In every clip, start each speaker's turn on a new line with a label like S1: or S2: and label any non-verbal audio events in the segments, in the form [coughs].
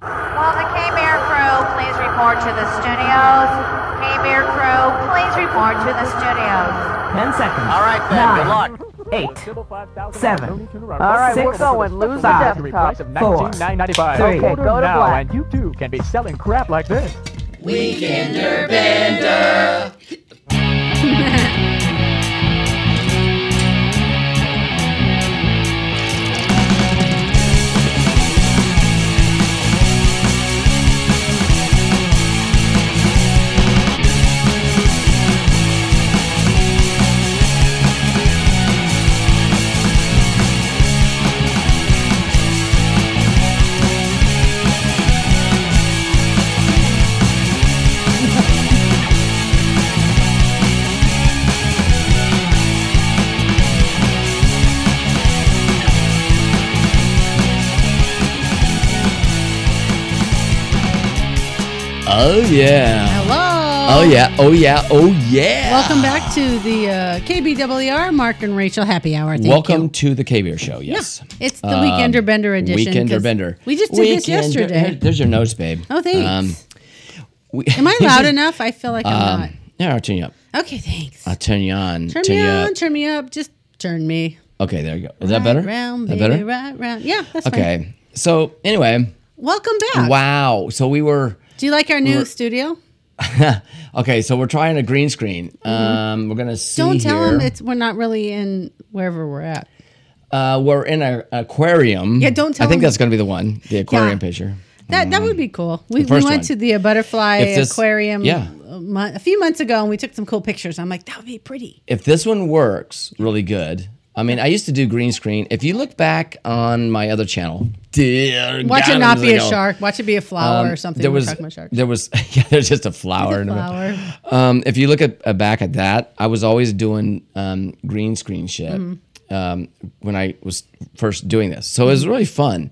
S1: Will the K-Bear crew please report to the studios? K-Bear crew, please report to the studios.
S2: Ten seconds.
S3: All right, then.
S2: Nine,
S3: Good luck.
S2: Eight. Seven.
S4: All right,
S2: six,
S4: we're going. Lose the
S2: five,
S4: desktop.
S2: four, three.
S4: Okay, go to
S5: now,
S4: black.
S5: and you too can be selling crap like this.
S6: Oh yeah.
S7: Hello.
S6: Oh yeah. Oh yeah. Oh yeah.
S7: Welcome back to the uh, KBWR Mark and Rachel Happy Hour. Thank
S6: Welcome
S7: You.
S6: to the K Beer Show. Yes. Um,
S7: Yeah, it's the Weekender Bender edition,
S6: Weekender
S7: 'cause
S6: Bender.
S7: we just did this yesterday.
S6: There's your nose, babe. Um,
S7: Oh, thanks.
S6: we- [laughs]
S7: Am I loud enough? I feel like I'm
S6: Um, yeah, I'll turn you up.
S7: not. Okay, thanks.
S6: I'll turn you on.
S7: turn me on. Turn me up. Just turn me.
S6: Okay, there you go. Is that better?
S7: Right round,
S6: that
S7: baby,
S6: better?
S7: right round. Yeah, that's fine.
S6: Okay. So anyway,
S7: Welcome back.
S6: wow. So we were
S7: Do you like our new studio?
S6: okay. So we're trying a green screen. Um, we're gonna see.
S7: Mm-hmm. Don't tell
S6: here.
S7: them it's we're not really in wherever we're at.
S6: Uh, we're in an aquarium.
S7: Yeah, don't tell
S6: I think
S7: them-
S6: that's gonna be the one. The aquarium
S7: Yeah.
S6: picture.
S7: That that would be cool. We, we
S6: Mm. first
S7: went
S6: one.
S7: to the uh, butterfly
S6: If this-
S7: aquarium
S6: yeah.
S7: a, month, a few months ago, and we took some cool pictures. I'm like, that would be pretty.
S6: if this one works really good, I mean, I used to do green screen. If you look back on my other channel, dear
S7: Watch
S6: God,
S7: it not
S6: was
S7: be a
S6: like, oh,
S7: shark. Watch it be a flower
S6: um,
S7: or something.
S6: There
S7: We're
S6: was
S7: talking about sharks.
S6: there was [laughs] yeah. There's just a flower. in
S7: It's a
S6: the middle.
S7: flower.
S6: Um, if you look at, uh, back at that, I was always doing um, green screen shit
S7: Mm-hmm.
S6: um, when I was first doing this. So it was really fun.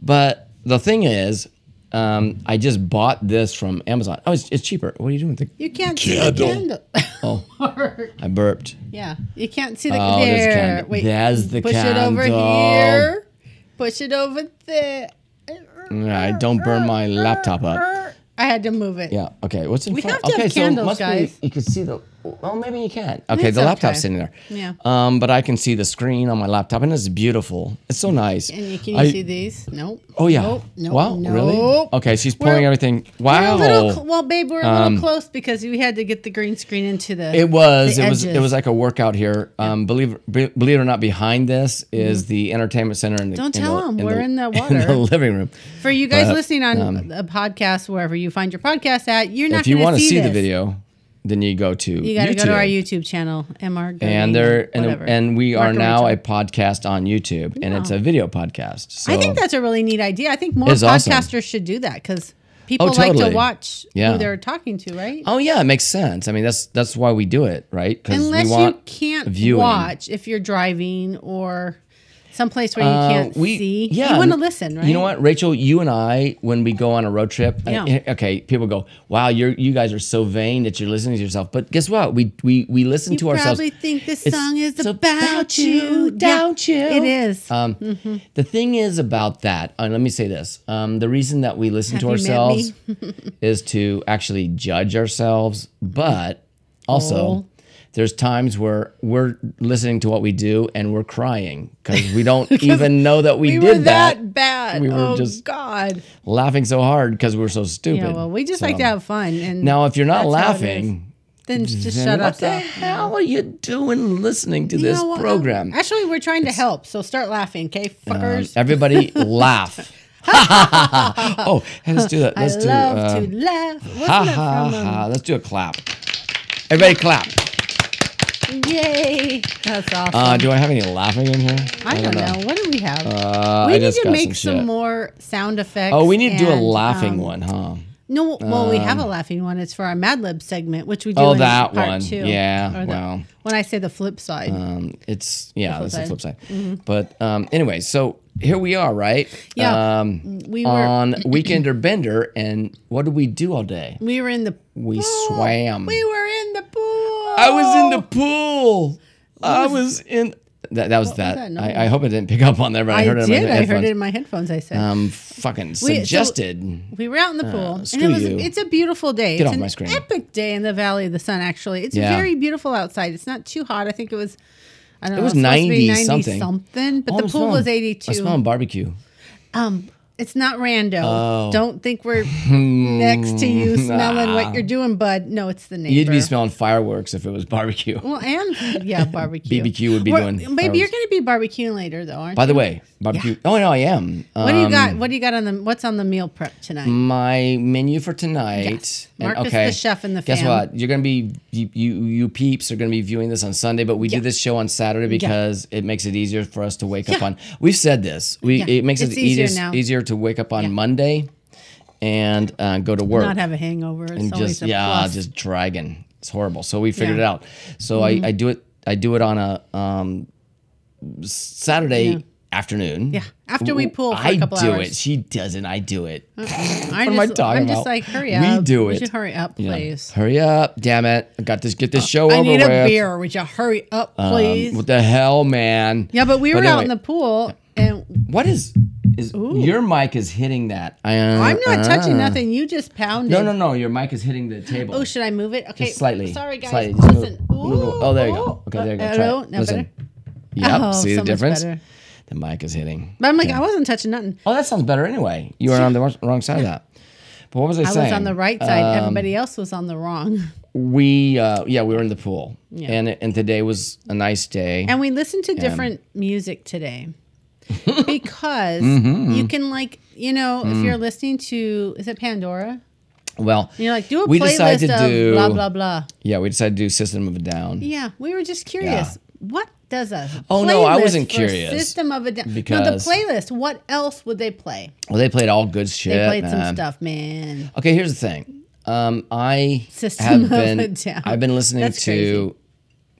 S6: But the thing is, um, I just bought this from Amazon. Oh, it's, it's cheaper. What are you doing? with The, oh,
S7: You can't see the candle. [laughs]
S6: I burped.
S7: yeah, you can't see the
S6: Oh, there's a
S7: there.
S6: candle.
S7: Wait,
S6: There's the
S7: push it over
S6: candle.
S7: here. Push it over there.
S6: I don't burn my laptop up.
S7: I had to move it.
S6: Yeah. Okay. What's in
S7: We
S6: front?
S7: have to have
S6: okay,
S7: candles,
S6: must be-
S7: guys.
S6: you can see the. Well, maybe you can. Okay,
S7: It's
S6: the laptop's
S7: okay.
S6: sitting there.
S7: Yeah.
S6: Um, but I can see the screen on my laptop, and it's beautiful. It's so nice.
S7: And you, can you
S6: I-
S7: see these? Nope.
S6: Oh yeah.
S7: Nope. nope
S6: wow. Really?
S7: nope.
S6: Okay. She's
S7: We're-
S6: pulling everything.
S7: We're
S6: Wow. Um,
S7: a little cl- well, babe, we're a little close because we had to get the green screen into the.
S6: it was.
S7: the
S6: It was. It
S7: edges.
S6: was like a workout here. Um, believe be, believe it or not, behind this is the entertainment center. In the,
S7: Mm-hmm. Don't
S6: in
S7: tell
S6: the,
S7: 'em, we're in the
S6: [laughs] In
S7: water.
S6: the living room.
S7: For you guys
S6: But, um,
S7: listening on a podcast, wherever you find your podcast at, you're not.
S6: if you
S7: want to
S6: see, the
S7: this.
S6: video, then you go to
S7: you got to go to our YouTube channel, Mr.
S6: and
S7: Gardena,
S6: there and,
S7: whatever.
S6: and we are
S7: Marco
S6: now a
S7: Rachel.
S6: podcast on YouTube, and it's a video podcast. So
S7: I think that's a really neat idea. I think more
S6: It's awesome. Oh,
S7: podcasters should do that because people like
S6: totally.
S7: to watch
S6: Yeah.
S7: who they're talking to, right?
S6: oh yeah, it makes sense. I mean, that's that's why we do it, right? 'Cause we
S7: Unless you
S6: want
S7: can't
S6: viewing.
S7: watch if you're driving or someplace where you
S6: Uh,
S7: can't
S6: we-
S7: see.
S6: Yeah,
S7: you want to
S6: and
S7: listen, right?
S6: You know what, Rachel? You and I, when we go on a road trip, I-
S7: Yeah.
S6: okay, people go, "Wow, you're you guys are so vain that you're listening to yourself." But guess what? We we we listen
S7: You
S6: to ourselves.
S7: probably think this
S6: It's-
S7: song is
S6: it's
S7: about,
S6: about you,
S7: you,
S6: don't you?
S7: It is.
S6: Um, The thing is about that, and let me say this: um, the reason that we listen to
S7: Have you met [laughs]
S6: ourselves is to actually judge ourselves, but also.
S7: Oh.
S6: There's times where we're listening to what we do and we're crying because
S7: [laughs]
S6: we don't even know that we,
S7: we
S6: did
S7: were that, bad.
S6: We were
S7: oh
S6: just-
S7: God.
S6: laughing so hard because we're so stupid.
S7: Yeah, well, we just
S6: So-
S7: like to have fun. And
S6: Now, if you're not
S7: that's how it is.
S6: laughing,
S7: then just
S6: then
S7: shut
S6: what
S7: us
S6: the
S7: up.
S6: hell are you doing listening to
S7: You
S6: this
S7: know what?
S6: program?
S7: Actually, we're trying to help, so start laughing, okay,
S6: Um,
S7: fuckers.
S6: everybody
S7: [laughs]
S6: laugh. [laughs] oh, hey, let's do that.
S7: I
S6: Let's do
S7: love
S6: uh,
S7: to laugh. What's
S6: ha,
S7: that
S6: ha,
S7: from?
S6: ha. Let's do a clap. Everybody clap.
S7: Um, Yay! That's awesome.
S6: Uh, do I have any laughing in here?
S7: I, don't know. What do we have?
S6: Uh,
S7: we
S6: I
S7: need
S6: just
S7: to
S6: got
S7: make
S6: some,
S7: some,
S6: shit.
S7: more sound effects.
S6: Oh, we need to do a
S7: and,
S6: laughing
S7: um,
S6: one, huh?
S7: No, well, we have a laughing one. It's for our Mad Lib segment, which we do.
S6: Um, Oh,
S7: in
S6: that
S7: part
S6: one.
S7: Two,
S6: Yeah,
S7: Or the-
S6: wow.
S7: When I say the flip side,
S6: Um, it's yeah, that's the
S7: flip Mm-hmm.
S6: flip side. But um, anyway, so here we are, right?
S7: Yeah,
S6: Um,
S7: we were- [clears throat]
S6: on Weekender Bender, and what did we do all day?
S7: we were in the
S6: We swam.
S7: we were in the pool.
S6: I was in the pool. I was in. That, that was
S7: was
S6: that.
S7: that noise?
S6: I, I hope I didn't pick up on that, but I,
S7: I
S6: heard it.
S7: did.
S6: In my
S7: I heard
S6: headphones.
S7: it in my headphones. I said.
S6: Um, fucking
S7: We- so-
S6: suggested.
S7: We were out in the pool, and
S6: screw
S7: it was
S6: you.
S7: it's a beautiful day.
S6: Get
S7: it's
S6: off
S7: an
S6: my screen.
S7: epic day in the Valley of the Sun. Actually, it's
S6: Yeah.
S7: very beautiful outside. It's not too hot. I think it was. I don't know,
S6: was
S7: it's supposed to be
S6: 90 something.
S7: something, but
S6: Oh,
S7: the
S6: I'm
S7: pool
S6: smelling-
S7: was
S6: I'm smelling
S7: 82.
S6: barbecue.
S7: Um, it's not rando.
S6: Oh.
S7: Don't think we're next
S6: [laughs]
S7: to you smelling what you're doing, bud. No, it's the neighbor.
S6: You'd be smelling fireworks if it was [laughs] barbecue.
S7: well,
S6: [laughs]
S7: and yeah, barbecue.
S6: BBQ would be
S7: We're-
S6: doing
S7: Baby, you're
S6: fireworks.
S7: going to be barbecuing later, though, aren't
S6: By
S7: you?
S6: the way, barbecue. Oh no, I am.
S7: What do you
S6: Um, Mm,
S7: got? What do you got on the? What's on the meal prep tonight?
S6: My menu for tonight.
S7: Yes. Marcus the chef and the
S6: Guess
S7: fam.
S6: what? You're gonna be you, you you peeps are gonna be viewing this on Sunday, but we
S7: Yeah.
S6: do this show on Saturday because it makes it easier for us to wake up on. We've said this. We
S7: Yeah.
S6: it makes
S7: It's
S6: it
S7: easier
S6: easier
S7: now.
S6: easier to wake up on Monday and uh, go to work.
S7: Not have a hangover. It's
S6: and
S7: always
S6: just
S7: a
S6: yeah,
S7: plus.
S6: just dragging. It's horrible. So we figured
S7: Yeah. Mm-hmm.
S6: it out. So I, I do it. I do it on a um, Saturday afternoon.
S7: Yeah. After we pull for a
S6: I
S7: couple
S6: do
S7: hours. Oh,
S6: it. She doesn't. I do it.
S7: I
S6: am I talking
S7: am just
S6: about?
S7: like, hurry
S6: We
S7: up.
S6: do
S7: Would
S6: it.
S7: you hurry up,
S6: Yeah.
S7: please? Uh,
S6: Hurry up, damn it! I got this. Get this show
S7: I
S6: over
S7: need a
S6: with.
S7: beer. Would you hurry up,
S6: Um,
S7: please?
S6: what the hell, man?
S7: yeah, but we were out
S6: anyway,
S7: in the pool, and
S6: What is is your mic is hitting that? I, uh,
S7: I'm not touching
S6: uh,
S7: nothing. You just pounded.
S6: No, no, no. Your mic is hitting the table.
S7: Oh, should I move it? Okay,
S6: Just slightly.
S7: Sorry, guys.
S6: Slightly. Just move-
S7: Listen.
S6: move it.
S7: Ooh,
S6: oh, there you go.
S7: ooh.
S6: Okay, there you go.
S7: Uh,
S6: Try
S7: oh,
S6: it.
S7: now
S6: Listen.
S7: better?
S6: Yep.
S7: Oh,
S6: See
S7: so
S6: the
S7: much
S6: difference?
S7: better.
S6: The mic is hitting.
S7: But I'm like, I wasn't touching nothing.
S6: Oh, that sounds better anyway. You were on the wrong- wrong side of that. But what was I,
S7: I
S6: saying?
S7: was on the right side.
S6: Um,
S7: Everybody else was on the wrong. [laughs]
S6: we uh, yeah, we were in the pool,
S7: Yeah.
S6: and and today was a nice day.
S7: And we listened to different
S6: [laughs]
S7: music today because
S6: Mm-hmm.
S7: you can like, you know, if
S6: Mm.
S7: you're listening to is it Pandora?
S6: well,
S7: And you're like, do a
S6: we
S7: playlist
S6: decided
S7: of
S6: to do
S7: blah blah blah.
S6: yeah, we decided to do System of a Down.
S7: Yeah, we were just curious. What does a
S6: Oh, no, I
S7: playlist
S6: wasn't
S7: for
S6: curious.
S7: System of a Down. no, the
S6: Because-
S7: playlist. What else would they play?
S6: Well, they played all good shit.
S7: They played some
S6: man.
S7: stuff, man.
S6: Okay, here's the thing. Um, I
S7: System
S6: have
S7: of
S6: been
S7: a Down.
S6: I've been listening
S7: That's
S6: to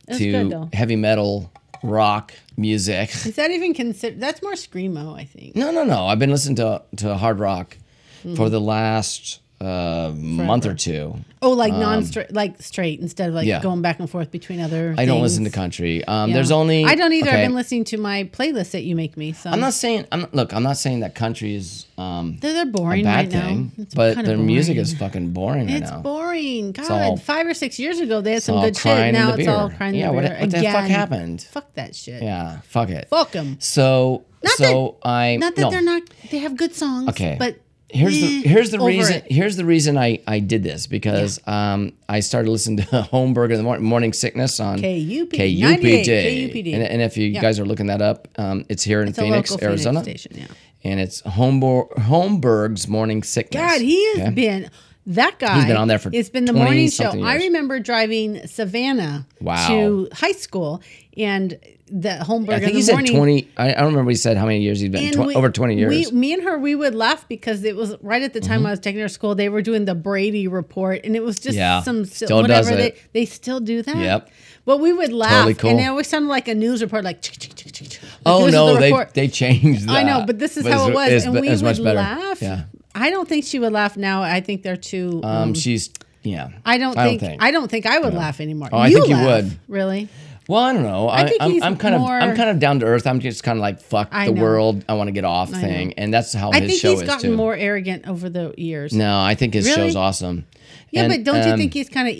S7: good, though.
S6: to heavy metal rock
S7: [laughs]
S6: music.
S7: Is that even considered? That's more screamo, I think.
S6: No, no, no. I've been listening to to hard rock
S7: Mm-hmm.
S6: for the last uh, month or two.
S7: Oh, like non-straight, like straight instead of like
S6: Um, yeah.
S7: going back and forth between other.
S6: I don't listen to
S7: things.
S6: country. Um,
S7: Yeah.
S6: There's only
S7: I don't either.
S6: okay.
S7: I've been listening to my playlist that you make me. So
S6: I'm not saying. I'm not, look. I'm not saying that country is um,
S7: they're, they're
S6: a
S7: boring
S6: bad
S7: right
S6: thing,
S7: now. It's
S6: but
S7: kinda
S6: their music
S7: boring.
S6: is fucking boring right
S7: It's
S6: now.
S7: boring. God,
S6: all-
S7: five or six years ago they had some
S6: all
S7: good
S6: crying
S7: shit.
S6: in
S7: Now
S6: the
S7: it's all
S6: beer.
S7: crying
S6: Yeah,
S7: in the
S6: what-
S7: beer.
S6: what the fuck
S7: Again.
S6: happened?
S7: Fuck that shit.
S6: Yeah, fuck it.
S7: Fuck 'em.
S6: So
S7: Not
S6: so
S7: that-
S6: I
S7: Not that
S6: no.
S7: they're not. They have good songs.
S6: Okay.
S7: But
S6: here's the
S7: eh,
S6: here's the
S7: over
S6: reason
S7: it.
S6: here's the reason I I did this because um I started listening to [laughs] Homeburg in the morning, morning sickness on
S7: KUP,
S6: KUPD.
S7: 98,
S6: And, and if you guys are looking that up, um, it's here in
S7: It's a
S6: Phoenix,
S7: local Phoenix
S6: Arizona,
S7: station, yeah.
S6: and it's Homebor- Homeburg's morning sickness.
S7: God, he has
S6: Okay?
S7: been that guy.
S6: been on there for
S7: It's been the
S6: 20
S7: morning show.
S6: something
S7: I
S6: years.
S7: remember driving Savannah
S6: Wow.
S7: to high school, and the Holmberg
S6: I think
S7: in
S6: he
S7: the
S6: said
S7: morning.
S6: twenty. I, I don't remember. He said how many years he'd been.
S7: And
S6: Tw-
S7: we-
S6: over twenty years. Mm-hmm.
S7: We, me and her, we would laugh because it was right at the time I was taking her to school. They were doing the Brady report, and it was just
S6: Yeah,
S7: some si-
S6: still does
S7: whatever
S6: it.
S7: they they still do that.
S6: Yep.
S7: But we would laugh,
S6: Totally cool.
S7: and it always sounded like a news report, like. "Chick, chick, chick, chick, chick." Like,
S6: oh
S7: this is
S6: no,
S7: the
S6: they
S7: report.
S6: they changed. That.
S7: I know, but this is
S6: it's-
S7: how it was,
S6: it's-
S7: and we
S6: it's
S7: would
S6: much better.
S7: laugh.
S6: Yeah.
S7: I don't think she would laugh now. I think they're too. Um,
S6: Um, she's yeah.
S7: I don't think, I don't think I would laugh anymore.
S6: Oh, I think you would.
S7: Really?
S6: Well, I don't know. I,
S7: think
S6: I am
S7: he's
S6: I'm kind
S7: more-
S6: of I'm kind of down to earth. I'm just kind of like fuck
S7: I
S6: the
S7: know.
S6: world. I want to get off
S7: I
S6: thing,
S7: know.
S6: and that's how
S7: I
S6: his
S7: think
S6: show
S7: he's
S6: is
S7: gotten
S6: too.
S7: more arrogant over the years.
S6: no, I think his
S7: Really?
S6: show's awesome.
S7: yeah,
S6: And,
S7: but don't you
S6: um,
S7: think he's kind of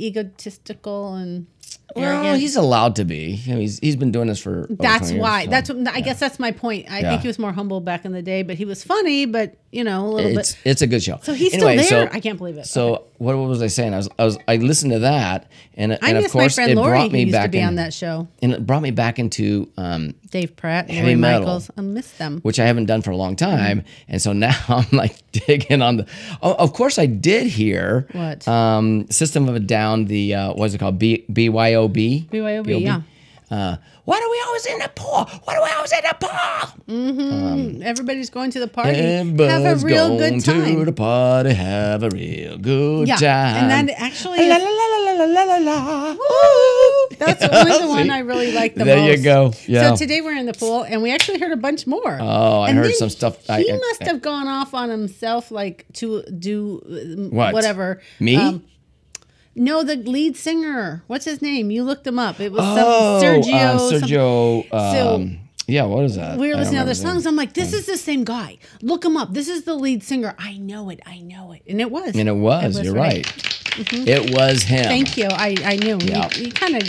S7: egotistical and
S6: Well,
S7: arrogant?
S6: he's allowed to be. I mean, he's he's been doing this for. over
S7: that's
S6: 20 years,
S7: why.
S6: so.
S7: That's what, I guess that's my point. I
S6: Yeah.
S7: think he was more humble back in the day, but he was funny, but you know, a little
S6: it's
S7: bit.
S6: it's a good show.
S7: So he's
S6: Anyway,
S7: still there.
S6: so-
S7: I can't believe it.
S6: So what was I saying? I was I was I listened to that, and
S7: I
S6: and
S7: miss
S6: of course
S7: my friend
S6: it
S7: Lori
S6: brought
S7: who
S6: me
S7: used
S6: back
S7: to be
S6: in-
S7: on that show.
S6: and it brought me back into um,
S7: Dave Pratt,
S6: Heavy
S7: Lori
S6: metal.
S7: Michaels. I miss them.
S6: which I haven't done for a long time. And so [laughs] now I'm like digging on the. Oh, of course, I did hear
S7: What?
S6: um, System of a Down. The uh, what's it called? B BYOB.
S7: BYOB, yeah.
S6: Uh, why do we always in the pool? Why do we always in the pool?
S7: Everybody's going to the party. Have
S6: Everybody's
S7: a real
S6: going
S7: good
S6: to
S7: time.
S6: the party. Have a real good
S7: Yeah,
S6: time.
S7: and then actually,
S6: La, la, la, la, la, la, la, la.
S7: That's only the
S6: See?
S7: one I really like the
S6: There
S7: most.
S6: you go. Yeah.
S7: So today we're in the pool and we actually heard a bunch more.
S6: Oh, I
S7: And
S6: heard
S7: then
S6: some stuff.
S7: He
S6: I- I-
S7: must
S6: I-
S7: have gone off on himself, like to do uh,
S6: What?
S7: whatever.
S6: Me?
S7: No, the lead singer. What's his name? You looked him up. It was
S6: Oh,
S7: some Sergio.
S6: um,
S7: some-
S6: Sergio.
S7: So-
S6: um, yeah, what is that?
S7: we
S6: I
S7: were
S6: don't
S7: listening to
S6: remember
S7: other
S6: his name.
S7: songs. I'm like, this is the same guy. Look him up. This is the lead singer. I know it. I know it. And it was. Mm-hmm.
S6: And it was. you're right. It was him.
S7: Thank you. I, I knew.
S6: Yeah.
S7: You, kind of.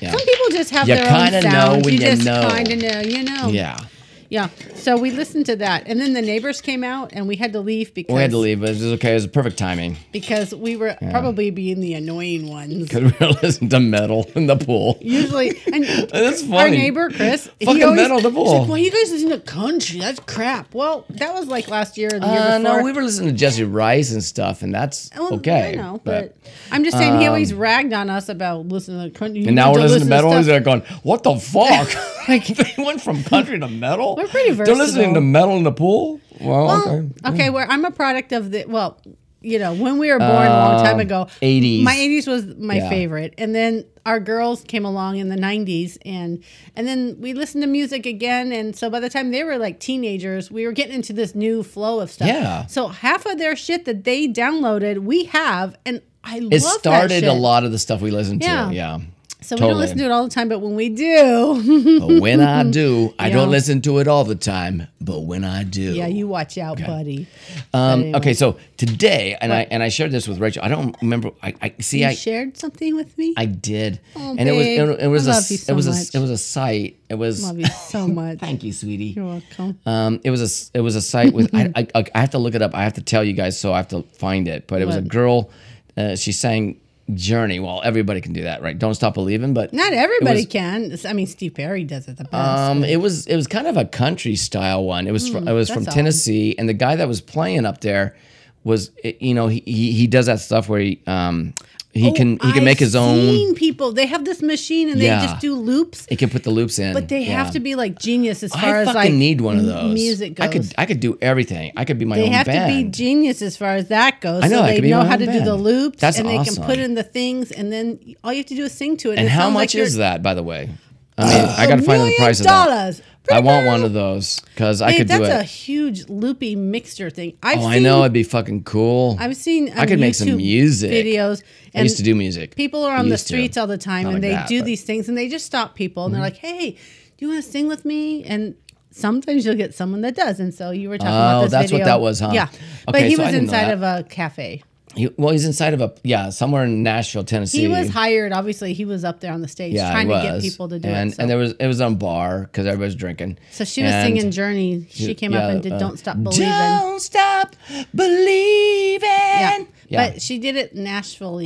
S6: Yeah.
S7: Some people just have
S6: You
S7: their own
S6: kinda know
S7: sound.
S6: when
S7: you,
S6: you
S7: just
S6: know.
S7: kind of know. You know.
S6: Yeah.
S7: Yeah. So we listened to that, and then the neighbors came out, and we had to leave because
S6: We had to leave, but it was okay. It was perfect timing
S7: because we were probably being the annoying ones.
S6: because we were [laughs] listening to metal in the pool. [laughs]
S7: Usually, and
S6: That's
S7: our
S6: funny.
S7: neighbor Chris, he
S6: Fucking
S7: always,
S6: metal to
S7: he's
S6: ball.
S7: like, "Well, you guys listen to country? That's crap." Well, that was like last year, or the year
S6: Uh,
S7: before.
S6: no, we were listening to Jesse Rice and stuff, and that's
S7: Well,
S6: okay. um,
S7: I know, but, I'm just saying he always ragged on us about listening to country.
S6: and now we're listening to metal.
S7: stuff.
S6: He's like going, "What the
S7: [laughs]
S6: fuck? [laughs] like they went from country to metal.
S7: We're pretty
S6: They're listening
S7: versatile.
S6: to metal in the pool. Well,
S7: Well,
S6: okay.
S7: okay, well, I'm a product of the well, you know, when we were born a long time
S6: Um,
S7: ago,
S6: 80s.
S7: My 80s was my
S6: Yeah.
S7: favorite, and then our girls came along in the 90s, and and then we listened to music again, and so by the time they were like teenagers, we were getting into this new flow of stuff.
S6: Yeah.
S7: So half of their shit that they downloaded, we have, and I love
S6: It
S7: that
S6: started a
S7: shit.
S6: lot of the stuff we listened
S7: Yeah.
S6: to. Yeah.
S7: So we don't
S6: totally.
S7: listen to it all the time, but when we do, [laughs]
S6: But when I do, I
S7: Yeah.
S6: don't listen to it all the time. But when I do,
S7: yeah, you watch out, buddy.
S6: Um,
S7: anyway.
S6: Okay, so today, and I and I shared this with Rachel. I don't remember. I, I see.
S7: You
S6: I
S7: shared something with me.
S6: I did,
S7: Oh,
S6: and it was
S7: babe,
S6: it, it was
S7: I
S6: a
S7: love you
S6: it
S7: so
S6: was
S7: much.
S6: a it was a site. It was
S7: love you
S6: [laughs]
S7: so much.
S6: thank you, sweetie.
S7: You're welcome.
S6: Um, it was a s- it was a site with
S7: [laughs]
S6: I, I I- I have to look it up. I have to tell you guys, so I have to find it. But it was a
S7: What?
S6: girl. Uh, she sang Journey. Well, everybody can do that, right? Don't stop believing. But
S7: Not everybody
S6: was-
S7: can. I mean, Steve Perry does it the best.
S6: Um, it was it was kind of a country style one. It was fr- it was from
S7: that's odd.
S6: Tennessee, and the guy that was playing up there was eh, you know he he, he does that stuff where he um he
S7: Oh,
S6: can he can
S7: I've
S6: make his own.
S7: Seen people, they have this machine and
S6: Yeah.
S7: they just do loops,
S6: He can put the loops in,
S7: but they have to be like genius as far
S6: I
S7: as
S6: fucking
S7: like
S6: need one of
S7: m-
S6: those.
S7: Music goes.
S6: I could I could do everything. I could be my
S7: they
S6: own
S7: have
S6: band.
S7: to be genius as far as that goes.
S6: I know,
S7: so
S6: I
S7: they
S6: could be
S7: know
S6: my
S7: how
S6: own
S7: to do the
S6: band.
S7: loops,
S6: That's
S7: and they can put
S6: awesome.
S7: in the things, and then all you have to do is sing to it.
S6: and
S7: it
S6: how
S7: sounds like
S6: much
S7: you're-
S6: is that, by the way? I mean, I gotta find out
S7: A
S6: the
S7: million
S6: price of that.
S7: dollars.
S6: I want
S7: Pretty
S6: one
S7: girl.
S6: of those because I
S7: Babe,
S6: could do
S7: that's a
S6: it.
S7: huge loopy mixture thing. I've
S6: Oh,
S7: seen,
S6: I know it'd be fucking cool.
S7: I've seen.
S6: I
S7: um,
S6: could make some
S7: YouTube
S6: music.
S7: videos.
S6: I used to do music.
S7: people are on the
S6: Used to.
S7: streets all the time
S6: Not like
S7: and they
S6: that,
S7: do
S6: but- Mm-hmm.
S7: these things and they just stop people and they're like hey do you want to sing with me and sometimes you'll get someone that does and so you were talking about
S6: Oh,
S7: this
S6: that's what
S7: video.
S6: that was, huh?
S7: yeah but
S6: Okay,
S7: he
S6: so I
S7: was
S6: didn't know
S7: inside of a cafe
S6: He, well, he's inside of a yeah, somewhere in Nashville, Tennessee.
S7: he was hired obviously he was up there on the stage
S6: yeah,
S7: trying
S6: he was.
S7: to get people to do
S6: and,
S7: it so.
S6: And there was it was on a bar because everybody was drinking.
S7: so she was
S6: And-
S7: singing journey she came up
S6: yeah,
S7: and did
S6: uh,
S7: don't stop believing
S6: Don't stop believing.
S7: yeah.
S6: Yeah,
S7: but she did it nashville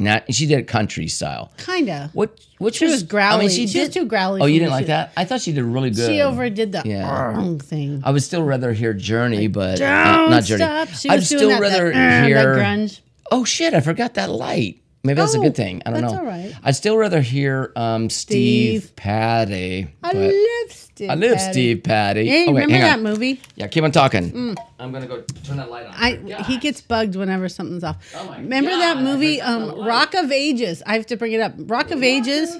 S6: now she did it country style.
S7: kind of
S6: What? Which
S7: She was growly.
S6: I mean, she,
S7: She was
S6: did-
S7: too growly
S6: Oh,
S7: for
S6: you
S7: me.
S6: didn't like
S7: She-
S6: that? I thought she did really good.
S7: she overdid the
S6: Yeah.
S7: wrong thing
S6: I would still rather hear Journey, but uh,
S7: Don't
S6: not Journey.
S7: stop. She
S6: I'd
S7: was doing
S6: still
S7: that-
S6: rather
S7: that, uh, that
S6: hear
S7: grunge.
S6: Oh shit! I forgot that light. Maybe that's a
S7: Oh,
S6: good thing. I don't
S7: that's
S6: know.
S7: all right.
S6: I'd still rather hear um, Steve,
S7: Steve.
S6: Patty.
S7: i
S6: but-
S7: love steve
S6: I live
S7: Paddock.
S6: Steve Patty.
S7: Hey,
S6: oh, wait,
S7: remember
S6: hang
S7: that
S6: on.
S7: movie?
S6: Yeah, keep on talking. I'm gonna go turn that light on. Oh
S7: I he gets bugged whenever something's off. remember that movie, um, Rock of Ages? I have to bring it up. Rock of Ages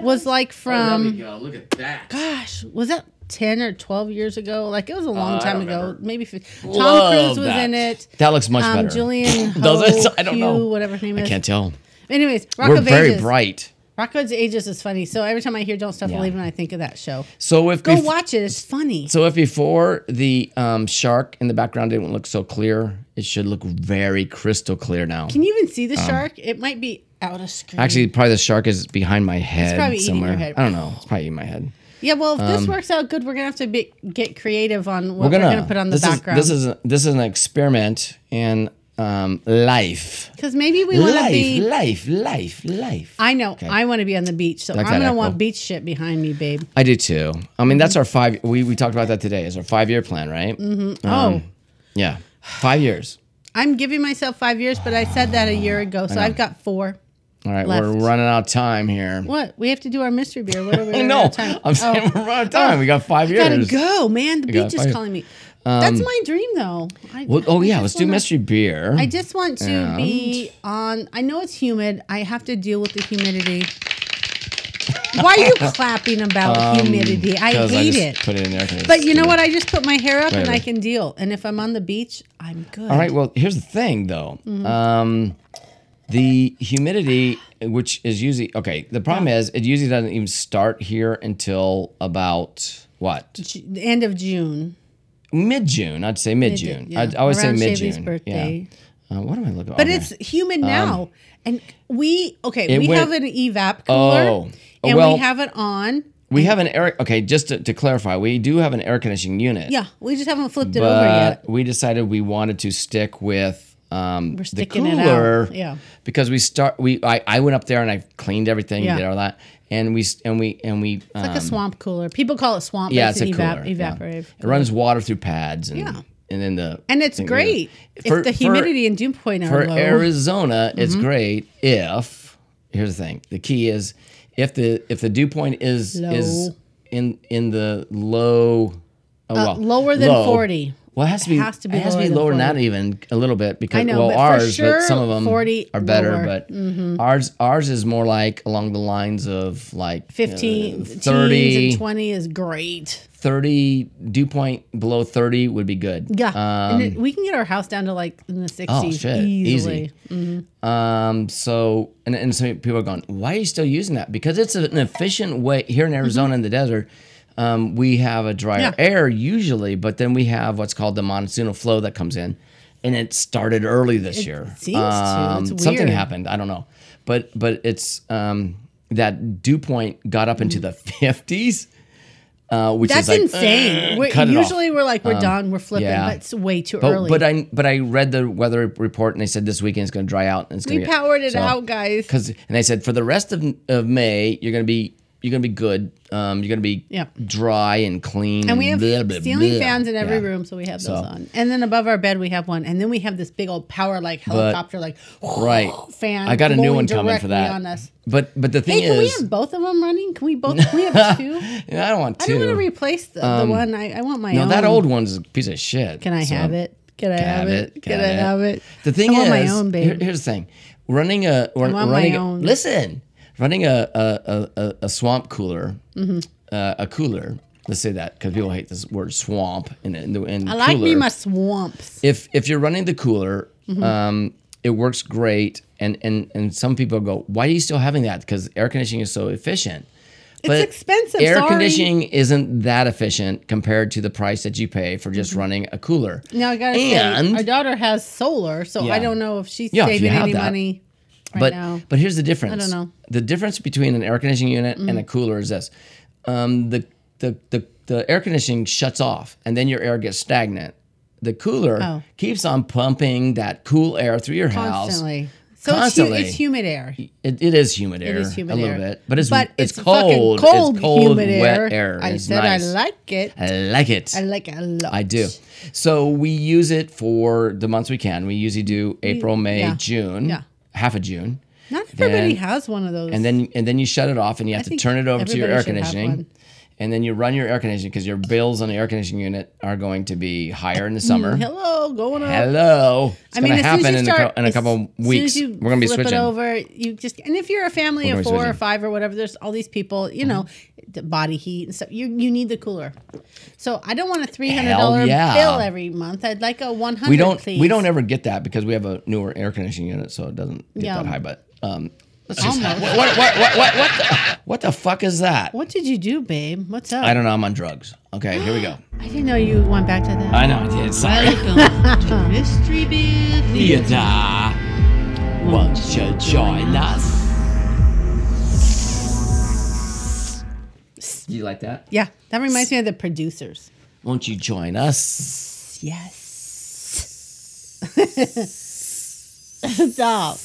S7: was like from
S6: Oh, go. Look at that.
S7: gosh, was that ten or twelve years ago? Like it was a long
S6: Oh, I
S7: time
S6: don't
S7: ago.
S6: remember.
S7: Maybe fif- Tom
S6: Love
S7: Cruise was
S6: that.
S7: in it.
S6: That looks much
S7: Um,
S6: better. [laughs]
S7: Julian
S6: Does it?
S7: Ho,
S6: I don't know.
S7: Hugh, whatever her name
S6: I
S7: is.
S6: can't tell.
S7: Anyways, Rock
S6: We're
S7: of
S6: very
S7: Ages.
S6: bright.
S7: Rock of Ages is funny. So every time I hear "Don't Stop
S6: Yeah.
S7: Believing," I think of that show.
S6: So if
S7: Go
S6: bef-
S7: watch it. It's funny.
S6: so if before the um, shark in the background didn't look so clear, it should look very crystal clear now.
S7: Can you even see the shark? It might be out of screen.
S6: Um, Actually, probably the shark is behind my head
S7: probably eating your
S6: somewhere.
S7: head.
S6: I don't know. It's probably in my head.
S7: Yeah, well, if this works out good, we're gonna have to be, get creative on what
S6: um, We're
S7: we're
S6: gonna,
S7: gonna, put on the
S6: this
S7: background.
S6: Is, this is a- this is an experiment in um, life.
S7: because maybe we want to
S6: Life,
S7: be.
S6: life, life, life. I,
S7: I know I want to be on the beach, so
S6: that
S7: I'm gonna want
S6: echo.
S7: beach shit behind me, babe.
S6: do too. I mean, that's our five. We, we talked about that today. Is our five year plan, right? Mm-hmm.
S7: oh,
S6: Yeah, five years.
S7: I'm giving myself five years, but I said that a year ago, so I've got four.
S6: All right, we're
S7: Left.
S6: running out of time here. [laughs]
S7: What? We have to do our mystery beer. What are we?
S6: I
S7: running out
S6: know.
S7: of time?
S6: I'm [laughs] saying
S7: Oh,
S6: we're running out of time. we got five
S7: gotta
S6: years.
S7: go, man. The
S6: got
S7: beach is
S6: five. Um,
S7: calling me. That's my dream, though. I,
S6: Well, oh
S7: I
S6: yeah,
S7: just
S6: let's do
S7: wanna-
S6: mystery beer.
S7: I just want to be on. I know it's humid. I have to deal with the humidity. Why
S6: [laughs]
S7: are you clapping about humidity? I
S6: Um, 'Cause
S7: hate
S6: just
S7: it.
S6: Put it in there. 'cause
S7: But
S6: it's
S7: you know
S6: good.
S7: what? I just put my hair up and I
S6: Whatever.
S7: can deal. And if I'm on the beach, I'm good. Mm-hmm.
S6: All right. Well, here's the thing, though. Um, The humidity, which is usually okay, the problem is it usually doesn't even start here until about what
S7: Ju- the end of June.
S6: mid June. I'd say mid June.
S7: yeah.
S6: I always
S7: Around
S6: say mid
S7: Shavy's
S6: June. Yeah.
S7: birthday.
S6: Uh, what am I looking?
S7: But
S6: okay. Um,
S7: it's humid now, and we okay.
S6: It
S7: We
S6: went-
S7: have an evap cooler,
S6: Oh.
S7: and
S6: Well-
S7: we have it on.
S6: we have an air. Okay, just to, to clarify, we do have an air conditioning unit.
S7: Yeah, we just haven't flipped it over
S6: but
S7: yet.
S6: we decided we wanted to stick with um, the
S7: sticking it out.
S6: cooler,
S7: Yeah.
S6: because we start. We I, I went up there and I cleaned everything,
S7: Yeah.
S6: did all that, and we s- and we and we. um,
S7: Like a swamp cooler. People call it swamp. but
S6: yeah, it's a
S7: an
S6: cooler.
S7: evap-
S6: yeah.
S7: evaporative.
S6: It runs water through pads and
S7: Yeah.
S6: and then the
S7: And it's
S6: thing-
S7: great
S6: For-
S7: if the
S6: for-
S7: humidity and dew point are
S6: for
S7: low. Mm-hmm.
S6: Arizona, it's great if here's the thing. The key is if the if the dew point is is
S7: Low.
S6: in in the low oh, well,
S7: Uh, lower than 40.
S6: Well, it has to be it has to be, lower, than
S7: than
S6: that
S7: 40.
S6: even a little bit because
S7: I know,
S6: well
S7: but for
S6: ours but
S7: sure,
S6: some of them
S7: 40
S6: are better
S7: lower. Mm-hmm.
S6: but ours ours is more like along the lines of like
S7: 15,
S6: uh,
S7: teens
S6: 30
S7: and 20 is great.
S6: 30 dew point below 30 would be good.
S7: Yeah.
S6: Um, Oh,
S7: and it- we can get our house down to like in the 60s
S6: shit.
S7: easily. Mm-hmm.
S6: Easy. Um, so and and some people are going, why are you still using that? Because it's an efficient way here in Arizona in the desert. Um, we have a drier
S7: Mm-hmm. Yeah.
S6: air usually, but then we have what's called the monsoonal flow that comes in, and it started early this year. Um,
S7: seems to. It's
S6: Something
S7: weird.
S6: happened. I don't know, but but it's um, that dew point got up into the [laughs] fifties, uh, which
S7: Mm. That's
S6: is like,
S7: insane.
S6: "Ugh,
S7: We're-
S6: cut it off." Um,
S7: usually we're like, we're done, we're flipping,
S6: yeah.
S7: but it's way too
S6: But,
S7: early.
S6: but I but I read the weather report and they said this weekend it's going to dry out and it's going
S7: we
S6: to
S7: powered it out, guys.
S6: because and they said for the rest of, of May you're going to be you're going to be good um you're going to be
S7: Yeah.
S6: dry and clean
S7: And we have
S6: blah, blah,
S7: ceiling
S6: blah.
S7: fans in every
S6: Yeah.
S7: room, so we have those
S6: So-
S7: on. And then above our bed, we have one. And then we have this big old power like helicopter, like
S6: right
S7: fan.
S6: I got a new
S7: blowing
S6: one coming for
S7: directly
S6: that
S7: On us.
S6: but but the
S7: Hey,
S6: thing
S7: can we
S6: is
S7: have both of them running? Can we both? Can we
S6: [laughs]
S7: have two?
S6: Yeah, I don't want to
S7: I don't want to replace the, the one. I, I want my
S6: Um, no
S7: own.
S6: that old one's a piece of shit
S7: Can I
S6: so-
S7: have it? Can I have it? Can, I have it?
S6: The thing
S7: I want
S6: is,
S7: my own,
S6: here-
S7: babe.
S6: here's the thing: running a run,
S7: want my
S6: running a-
S7: own.
S6: listen, running a a, a, a- a swamp cooler,
S7: Mm-hmm.
S6: uh, a cooler. Let's say that because people hate this word swamp and and, and
S7: I like
S6: cooler.
S7: me my Mm-hmm. swamps.
S6: if if you're running the cooler, um, it works great. And and and some people go, why are you still having that? Because air conditioning is so efficient.
S7: expensive,
S6: Air
S7: sorry.
S6: conditioning isn't that efficient compared to the price that you pay for
S7: Mm-hmm.
S6: just running a cooler.
S7: Now I gotta
S6: And-
S7: say, our daughter has solar, so
S6: Yeah.
S7: I don't know if she's
S6: Yeah, if you
S7: saving
S6: have
S7: any
S6: that.
S7: money right
S6: but
S7: now.
S6: but here's the difference.
S7: I don't know. Mm-hmm.
S6: The difference between an air conditioning unit and a cooler is this: um, the, the the the air conditioning shuts off, and then your air gets stagnant. The cooler
S7: Oh.
S6: keeps on pumping that cool air through your house.
S7: Constantly. So
S6: Constantly.
S7: It's, hu- it's humid air.
S6: It, it is humid air,
S7: It is humid
S6: a little
S7: air.
S6: bit, but it's
S7: but
S6: it's,
S7: it's fucking
S6: cold,
S7: cold,
S6: it's cold,
S7: humid
S6: wet
S7: air.
S6: air.
S7: I
S6: it's
S7: said
S6: nice.
S7: I like it.
S6: I like it.
S7: I like it a lot.
S6: I do. So we use it for the months we can. We usually do April, May,
S7: yeah.
S6: June,
S7: Yeah.
S6: half of June.
S7: Not everybody
S6: Then-
S7: has one of those.
S6: and then and then you shut it off and you have to
S7: think
S6: turn it over to your
S7: everybody
S6: air
S7: should have
S6: conditioning
S7: one.
S6: and then you run your air conditioning because your bills on the air conditioning unit are going to be higher in the summer
S7: Mm, hello, going up.
S6: hello it's
S7: I mean,
S6: going
S7: as
S6: to
S7: soon as
S6: happen
S7: you
S6: in,
S7: start,
S6: a, cou- in a
S7: as
S6: couple
S7: soon
S6: weeks
S7: as you
S6: we're going to be
S7: flip
S6: switching
S7: It over, you just and if you're a family
S6: We're
S7: of
S6: gonna be
S7: four or
S6: switching. Mm-hmm.
S7: five or whatever, there's all these people, you know, the body heat and stuff. You you need the cooler. So I don't want a three hundred dollar
S6: Hell yeah.
S7: bill every month. I'd like a one hundred.
S6: we don't
S7: please.
S6: we don't ever get that because we have a newer air conditioning unit so it doesn't get
S7: Yeah.
S6: that high but um let's just
S7: Almost.
S6: what, what, what, what, what, what, the, what the fuck is that
S7: What did you do, babe? What's up?
S6: i don't know i'm on drugs okay here we go
S7: I didn't know you went back to that.
S6: i know i did sorry
S3: Welcome to Mystery Beer Theater.
S6: theater won't you join us do you like that
S7: yeah, that reminds me of the producers.
S6: Won't you join us?
S7: Yes. [laughs] Stop.
S6: [laughs]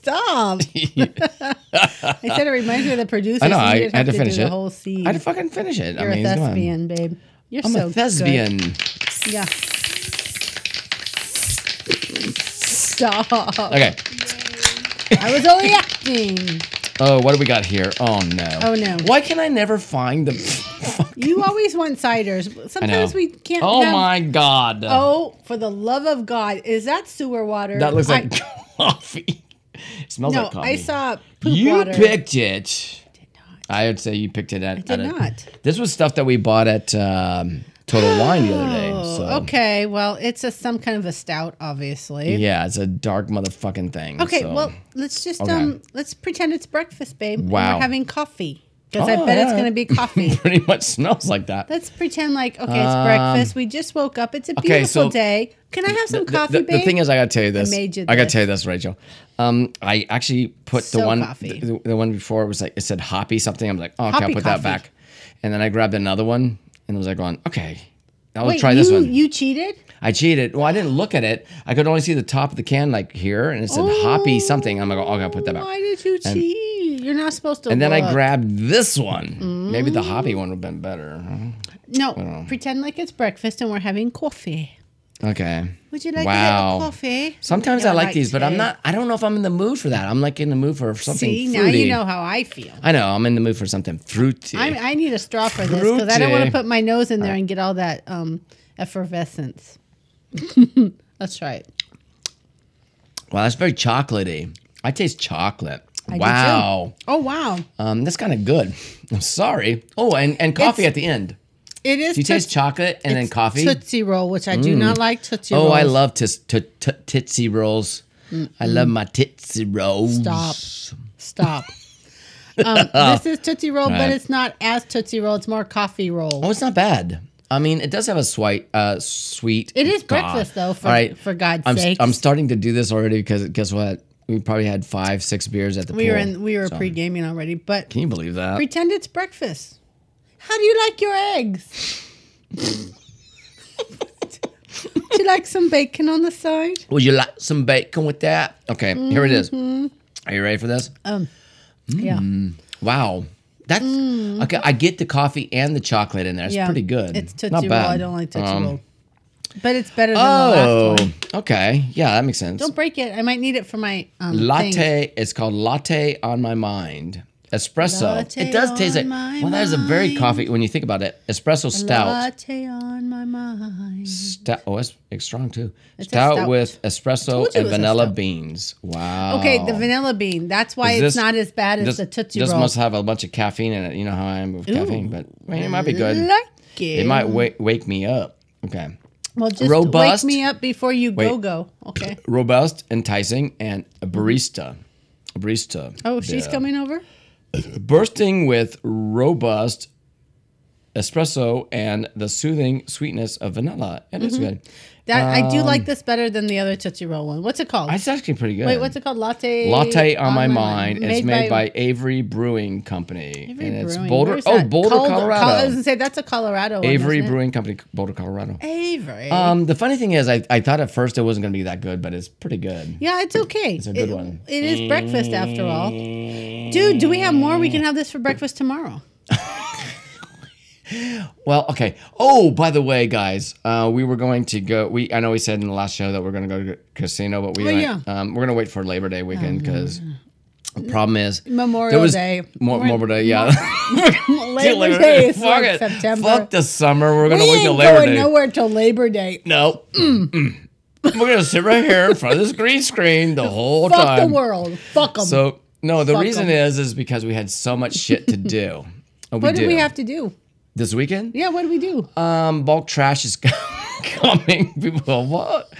S7: Stop. I said it reminds me of the producers.
S6: I know,
S7: and
S6: I
S7: you'd
S6: had
S7: have
S6: to
S7: do
S6: finish
S7: the
S6: it.
S7: whole scene.
S6: I'd fucking finish it.
S7: You're
S6: I mean,
S7: a
S6: come on.
S7: thespian, babe. You're
S6: I'm
S7: so
S6: a thespian.
S7: Good. Yeah. Stop.
S6: Okay.
S7: I was only acting.
S6: Oh, what do we got here? Oh no.
S7: Oh, no.
S6: Why can I never find the? [laughs]
S7: You always want ciders. Sometimes we can't.
S6: Oh
S7: have-
S6: my god.
S7: Oh, for the love of God, is that sewer water?
S6: That looks like [laughs]
S7: I,
S6: coffee. It smells
S7: no.
S6: like coffee.
S7: I saw poop
S6: You
S7: water.
S6: picked it. I would say you picked it at. I
S7: did not.
S6: this was stuff that we bought at um,
S7: [gasps]
S6: Total Wine the other day. So
S7: Oh, Okay, well, it's a some kind of a stout, obviously.
S6: yeah, it's a dark motherfucking thing.
S7: Okay,
S6: so-
S7: well, let's just
S6: Okay.
S7: um, let's pretend it's breakfast, babe. and
S6: Wow.
S7: we're having coffee because I
S6: Oh,
S7: bet it's
S6: yeah.
S7: going to be
S6: [laughs] [laughs]
S7: coffee.
S6: pretty much smells like that.
S7: let's pretend like okay, it's breakfast. We just woke up. It's a beautiful
S6: so-
S7: day. Can I have some
S6: the,
S7: coffee,
S6: the- the
S7: babe?
S6: thing is, I gotta tell you this. I,
S7: made you
S6: gotta
S7: this.
S6: tell you this, Rachel. Um, I actually put the
S7: So
S6: one,
S7: coffee.
S6: the, the one before was like it said hoppy something. I'm like, oh, okay, I'll
S7: Hoppy
S6: put
S7: coffee.
S6: that back. And then I grabbed another one and was like, going, okay, I'll
S7: Wait,
S6: try
S7: you,
S6: this one.
S7: You cheated?
S6: I cheated. Well, I didn't look at it. I could only see the top of the can like here, and it said hoppy something. I'm like, oh, I gotta put that back.
S7: Why did you
S6: And-
S7: cheat? You're not supposed to.
S6: And then I
S7: look.
S6: grabbed this one. Maybe the
S7: Mm.
S6: hoppy one would have been better.
S7: No,
S6: Oh.
S7: pretend like it's breakfast and we're having coffee.
S6: Okay.
S7: Would you like
S6: Wow.
S7: to have a coffee?
S6: Sometimes
S7: Yeah,
S6: I
S7: I
S6: like
S7: like
S6: these, but I'm
S7: tea.
S6: not. I don't know if I'm in the mood for that. I'm like in the mood for something
S7: See,
S6: fruity.
S7: now you know how I feel.
S6: I know I'm in the mood for something fruity.
S7: I, I need a straw for this because I don't
S6: Fruity.
S7: want to put my nose in there and get all that um, effervescence. [laughs] Let's try it.
S6: wow, that's very chocolatey. I taste chocolate.
S7: I do too.
S6: wow,
S7: Oh wow!
S6: um, that's kind of good. I'm sorry. Oh, and, and coffee
S7: It's-
S6: at the end.
S7: It is.
S6: Do you taste
S7: Toots-
S6: chocolate and then
S7: it's
S6: coffee?
S7: Tootsie roll, which I do not like tootsie
S6: oh,
S7: rolls.
S6: I love tis, t- t- tootsie rolls. I love my tootsie rolls.
S7: Stop!
S6: [laughs]
S7: Stop! um, this is tootsie roll, but
S6: Right.
S7: it's not as tootsie roll. It's more coffee roll.
S6: Oh, it's not bad. I mean, it does have a swi- uh, sweet.
S7: It is
S6: God.
S7: breakfast, though, for-
S6: All right.
S7: for God's
S6: I'm,
S7: sakes.
S6: I'm starting to do this already because guess what? We probably had five, six beers at the
S7: we
S6: pool.
S7: were in. We were
S6: So,
S7: pre gaming already, but
S6: Can you believe that?
S7: pretend it's breakfast. How do you like your eggs? Would you like some bacon on the side?
S6: Would you like some bacon with that? Okay, here it is.
S7: Mm-hmm.
S6: Are you ready for this?
S7: Oh.
S6: Mm,
S7: Yeah.
S6: Wow. That's okay. I get the coffee and the chocolate in there. It's
S7: Mm. yeah.
S6: pretty good.
S7: It's Tootsie
S6: Not
S7: Roll.
S6: bad.
S7: I don't like Tootsie
S6: Um,
S7: Roll. But it's better than the
S6: Oh,
S7: last one.
S6: okay. Yeah, that makes sense.
S7: Don't break it. I might need it for my um,
S6: latte.
S7: thing.
S6: It's called latte on my mind. Espresso.
S7: Latte
S6: it does taste
S7: on
S6: like.
S7: my
S6: Well, that is a very
S7: mind.
S6: coffee when you think about it. Espresso stout.
S7: Latte on my mind.
S6: Stout. Oh, it's, it's strong too.
S7: It's a
S6: stout,
S7: stout.
S6: with espresso
S7: Told you it
S6: and
S7: was a
S6: vanilla
S7: stout.
S6: beans. Wow.
S7: Okay, the vanilla bean. That's why
S6: Is
S7: it's
S6: this-
S7: not as bad as
S6: this,
S7: the Tootsie
S6: this
S7: Roll.
S6: must have a bunch of caffeine in it. You know how I am with caffeine, but I mean, it might be good.
S7: Like it.
S6: It might wake, wake me up. Okay.
S7: Well, just
S6: Robust.
S7: wake me up before you
S6: Wait.
S7: go go. Okay.
S6: Robust, enticing, and a barista. A barista.
S7: Oh, she's
S6: Yeah.
S7: coming over?
S6: Bursting with robust espresso and the soothing sweetness of vanilla. It is good.
S7: That I do like this better than the other Tootsie Roll one. What's it called?
S6: It's actually pretty good.
S7: Wait, what's it called? Latte.
S6: Latte on, my, mind. it's made by,
S7: Avery
S6: Avery Brewing Company, and it's
S7: Brewing.
S6: Boulder.
S7: Where's
S6: Oh,
S7: that?
S6: Boulder,
S7: Col-
S6: Colorado.
S7: Col- I was gonna say that's a Colorado. one,
S6: Avery
S7: isn't it?
S6: Brewing Company, Boulder, Colorado.
S7: Avery.
S6: Um, the funny thing is, I, I thought at first it wasn't going to be that good, but it's pretty good.
S7: yeah, it's okay. It's
S6: a good one.
S7: It is breakfast after all. Dude, do we have more? We can have this for breakfast tomorrow.
S6: Well, okay. Oh, by the way, guys, uh, we were going to go. We I know we said in the last show that we're going to go to the casino, but we
S7: Oh,
S6: went-
S7: yeah. Oh,
S6: um, we're going to wait for Labor Day weekend because the problem is
S7: Memorial
S6: there was-
S7: Day.
S6: Mo-
S7: We're-
S6: Memorial Day, yeah. [laughs]
S7: Labor Day is
S6: Fuck
S7: like
S6: it.
S7: September.
S6: Fuck the summer. We're going
S7: we
S6: to wait
S7: ain't
S6: till Labor
S7: going
S6: Day.
S7: nowhere till Labor Day.
S6: No. Mm. Mm. we're going to sit right here in front of this green screen the whole
S7: Fuck
S6: time.
S7: the world. Fuck them.
S6: So no, the
S7: Fuck
S6: reason
S7: 'em.
S6: is is because we had so much shit to
S7: [laughs]
S6: do. Oh, we
S7: what do
S6: do.
S7: we have to do?
S6: this weekend?
S7: Yeah, what do we do?
S6: Um, bulk trash is [laughs] coming. People, go, what?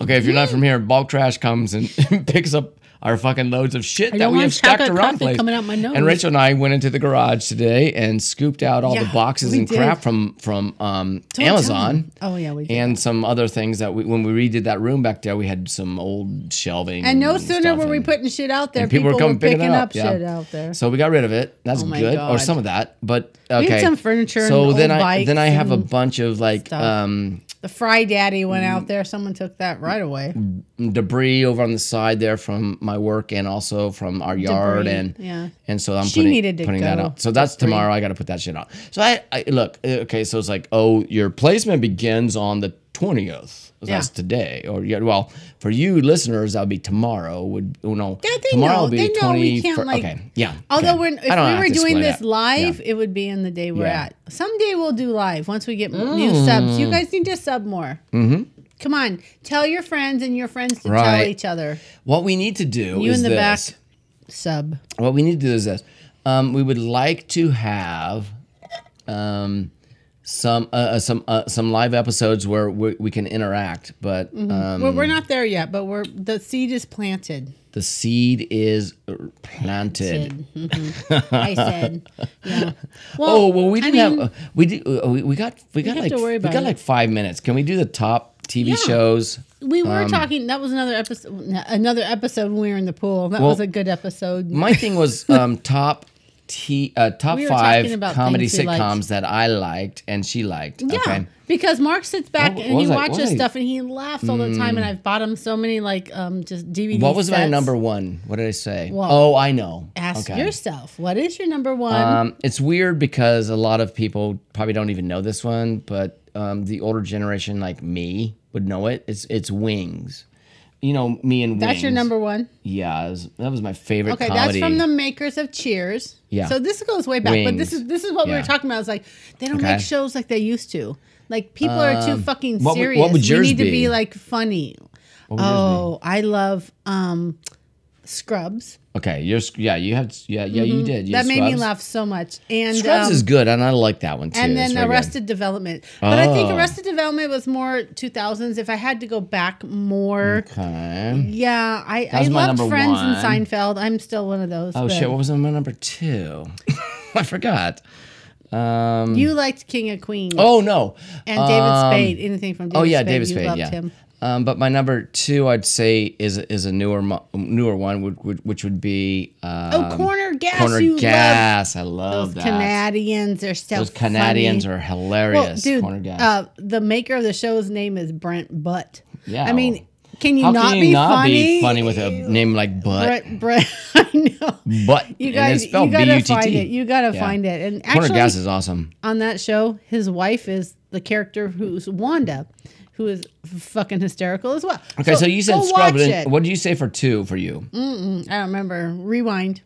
S6: Okay, if you're not from here, bulk trash comes and [laughs] picks up our fucking loads of shit that
S7: don't
S6: we
S7: want
S6: have stacked
S7: chocolate
S6: around
S7: coffee
S6: place.
S7: coming out my nose.
S6: And Rachel and I went into the garage today and scooped out all
S7: Yeah,
S6: the boxes
S7: we
S6: and
S7: did.
S6: crap from from um,
S7: tell
S6: Amazon.
S7: them. Oh, yeah, we did.
S6: and some other things that we when we redid that room back there, we had some old shelving.
S7: and no sooner
S6: stuff
S7: were we
S6: and-
S7: putting shit out there,
S6: Mm, and people, were coming picking, it up, yeah.
S7: shit out there.
S6: So we got rid of it. That's
S7: Oh my
S6: good, or
S7: God.
S6: some of that. But okay,
S7: had some furniture
S6: So
S7: and
S6: then
S7: old
S6: I then I
S7: bikes
S6: have a
S7: and
S6: bunch of like
S7: stuff.
S6: um,
S7: The Fry Daddy went
S6: Mm.
S7: out there. Someone took that right away.
S6: debris over on the side there from my work and also from our yard
S7: Debris,
S6: and
S7: yeah.
S6: and so I'm
S7: She
S6: putting,
S7: needed to
S6: putting that
S7: go.
S6: out. So that's tomorrow. I got to put that shit out. So I, I look uh, okay. So it's like oh, your placement begins on the twentieth. That's
S7: Yeah.
S6: today, or yeah, well, for you listeners, that would be tomorrow. Would you know?
S7: Yeah, they
S6: tomorrow
S7: know.
S6: would be
S7: They
S6: the
S7: know we
S6: 21st
S7: can't, like-
S6: okay, yeah.
S7: Although
S6: okay.
S7: we're
S6: I don't have
S7: if
S6: to
S7: we were doing
S6: explain
S7: this
S6: that.
S7: live,
S6: Yeah.
S7: it would be in the day we're
S6: Yeah. Mm.
S7: at. Someday we'll do live once we get m- new subs. You guys need to sub more. Mm-hmm. Come on, tell your friends and your friends to tell
S6: Right.
S7: each other.
S6: What we need to do
S7: You
S6: is
S7: in the
S6: this.
S7: back, sub.
S6: What we need to do is this. Um, we would like to have um, some uh, uh, some uh, some live episodes where we, we can interact, but
S7: Mm-hmm.
S6: um,
S7: We're, we're not there yet, but we're the seed is planted.
S6: the seed is uh, planted.
S7: Mhm.
S6: [laughs]
S7: I said, yeah. Well,
S6: Oh well, we
S7: I
S6: didn't
S7: mean,
S6: have uh, we did uh, we, we got we got
S7: have
S6: like
S7: to worry
S6: we
S7: about
S6: got
S7: it.
S6: like five minutes. Can we do the top TV
S7: Yeah.
S6: shows?
S7: we were
S6: Um,
S7: talking. That was another episode. Another episode when we were in the pool. That
S6: Well,
S7: was a good episode.
S6: My thing was um, top t uh, top
S7: We were talking
S6: five
S7: about
S6: comedy
S7: things we liked.
S6: sitcoms that I liked and she liked.
S7: [laughs] Yeah,
S6: Okay.
S7: because Mark sits back
S6: What-
S7: and
S6: what
S7: he
S6: was I-
S7: watches
S6: what was I-
S7: stuff and he laughs all the time. And I've bought him so many like um just DVDs.
S6: What was my number one? What did I say?
S7: Well,
S6: oh, I know.
S7: Ask yourself, what is your number one?
S6: Um, it's weird because a lot of people probably don't even know this one, but um, the older generation like me would know it. It's it's Wings. You know me and
S7: that's
S6: Wings.
S7: your number one.
S6: Yeah, it was- that was my favorite
S7: Okay,
S6: comedy.
S7: that's from the makers of Cheers.
S6: Yeah.
S7: So this goes way back, but this
S6: Wings.
S7: is this is what we
S6: Yeah.
S7: were talking about. It's like they don't
S6: Okay. Um,
S7: make shows like they used to. Like people are too fucking
S6: what would-
S7: serious.
S6: what would yours
S7: we need to
S6: be?
S7: be like funny. Oh, I love um Scrubs.
S6: okay, you're sc- yeah, you have yeah yeah you did. You
S7: Mm-hmm. that
S6: had
S7: made me
S6: Scrubs.
S7: laugh so much. And
S6: Scrubs
S7: um,
S6: is good, and I like that one too.
S7: and
S6: It's
S7: then
S6: very good.
S7: Arrested Development. But I think
S6: Oh.
S7: Arrested Development was more 2000s. If I had to go back more,
S6: Okay.
S7: yeah, I, I
S6: was my
S7: loved
S6: number
S7: Friends
S6: one.
S7: and Seinfeld. I'm still one of those.
S6: Oh
S7: but
S6: shit! What was my number two? [laughs] I forgot. Um,
S7: You liked King of Queens.
S6: oh no.
S7: and David
S6: Um,
S7: Spade. Anything from David
S6: oh yeah,
S7: Spade?
S6: David
S7: you
S6: Spade.
S7: loved
S6: yeah.
S7: him.
S6: Um, but my number two, I'd say, is is a newer mo- newer one, would, would, which would be um,
S7: Oh, Corner Gas.
S6: Corner
S7: you
S6: Gas. I
S7: Love
S6: love that.
S7: those Canadians. They're so
S6: Those Canadians
S7: funny.
S6: are
S7: well,
S6: hilarious.
S7: dude.
S6: Corner Gas.
S7: Uh, the maker of the show's name is Brent Butt.
S6: Yeah.
S7: I mean, can you
S6: How
S7: not
S6: can
S7: be
S6: you not
S7: funny?
S6: be funny with a name like Butt?
S7: Brett, Brett, [laughs] I know.
S6: Butt.
S7: You
S6: and
S7: guys,
S6: it's
S7: you
S6: spelled
S7: gotta
S6: B-U-T-T.
S7: find it. You gotta
S6: Yeah.
S7: find it. And
S6: Corner
S7: actually,
S6: Gas is awesome.
S7: on that show, his wife is the character who's Wanda, who is fucking hysterical as well.
S6: Okay, so, you said
S7: go
S6: Scrubs.
S7: watch
S6: and
S7: it. Mm.
S6: What did you say for two for you?
S7: I don't remember. Rewind.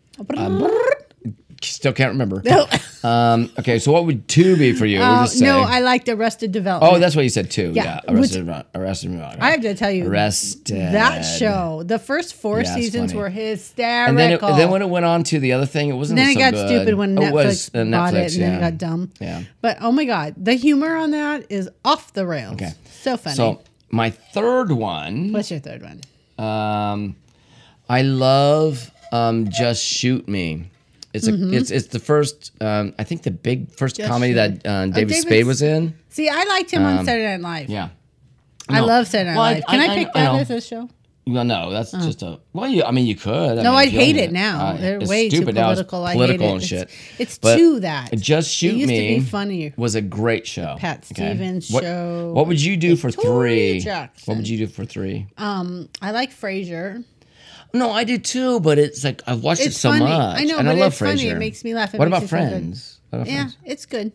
S6: Still can't remember. [laughs] um, okay, so what would two be for you? We'll
S7: Uh,
S6: just say-
S7: no, I liked Arrested Development.
S6: oh, that's what you said two. Yeah,
S7: Yeah,
S6: Arrested Development. Arrested Development.
S7: I have to tell you,
S6: Arrested.
S7: that show. The first four
S6: Yeah, it's
S7: seasons
S6: funny.
S7: were hysterical.
S6: And then, it, then when it went on to the other thing, it wasn't.
S7: Then it
S6: so
S7: got
S6: good.
S7: stupid when Netflix,
S6: it was, uh, Netflix
S7: bought it, and
S6: yeah.
S7: then it got dumb.
S6: Yeah.
S7: But oh my god, the humor on that is off the rails.
S6: Okay.
S7: So funny.
S6: So my third one,
S7: What's your third one?
S6: um, I love um, "Just Shoot Me." It's a,
S7: Mm-hmm.
S6: it's it's the first um, I think the big first comedy
S7: Shoot. Oh,
S6: that uh, David
S7: David
S6: Spade
S7: S-
S6: was in.
S7: See, I liked him on Saturday Night Live.
S6: Um, Yeah.
S7: I
S6: No.
S7: love Saturday Night
S6: Well, I-
S7: Live. Can
S6: I-
S7: I,
S6: I
S7: pick
S6: know- I
S7: that
S6: know.
S7: as a show?
S6: Well, no, that's just a. Well, you, I mean, you could. I
S7: Oh. No,
S6: mean,
S7: I
S6: if you own
S7: hate
S6: it.
S7: it now.
S6: Uh,
S7: They're
S6: it's
S7: way too
S6: stupid now. It's
S7: political. I hate
S6: political
S7: it.
S6: and shit.
S7: It's- it's
S6: But
S7: to that.
S6: Just
S7: It
S6: shoot
S7: used to
S6: me.
S7: be funnier.
S6: Was a great show.
S7: Pat
S6: Okay.
S7: Stevens
S6: what,
S7: show
S6: What would you do for
S7: Victoria
S6: three? What
S7: Jackson.
S6: would you do for three?
S7: Um, I like Frasier.
S6: Uh, no, I do too, but it's like I've watched it
S7: It's
S6: so
S7: funny.
S6: much.
S7: I know,
S6: and I
S7: but
S6: love
S7: it's funny. It
S6: Frasier.
S7: makes me laugh. It
S6: What about
S7: makes me feel good.
S6: Friends? What about
S7: Yeah,
S6: Friends?
S7: it's good.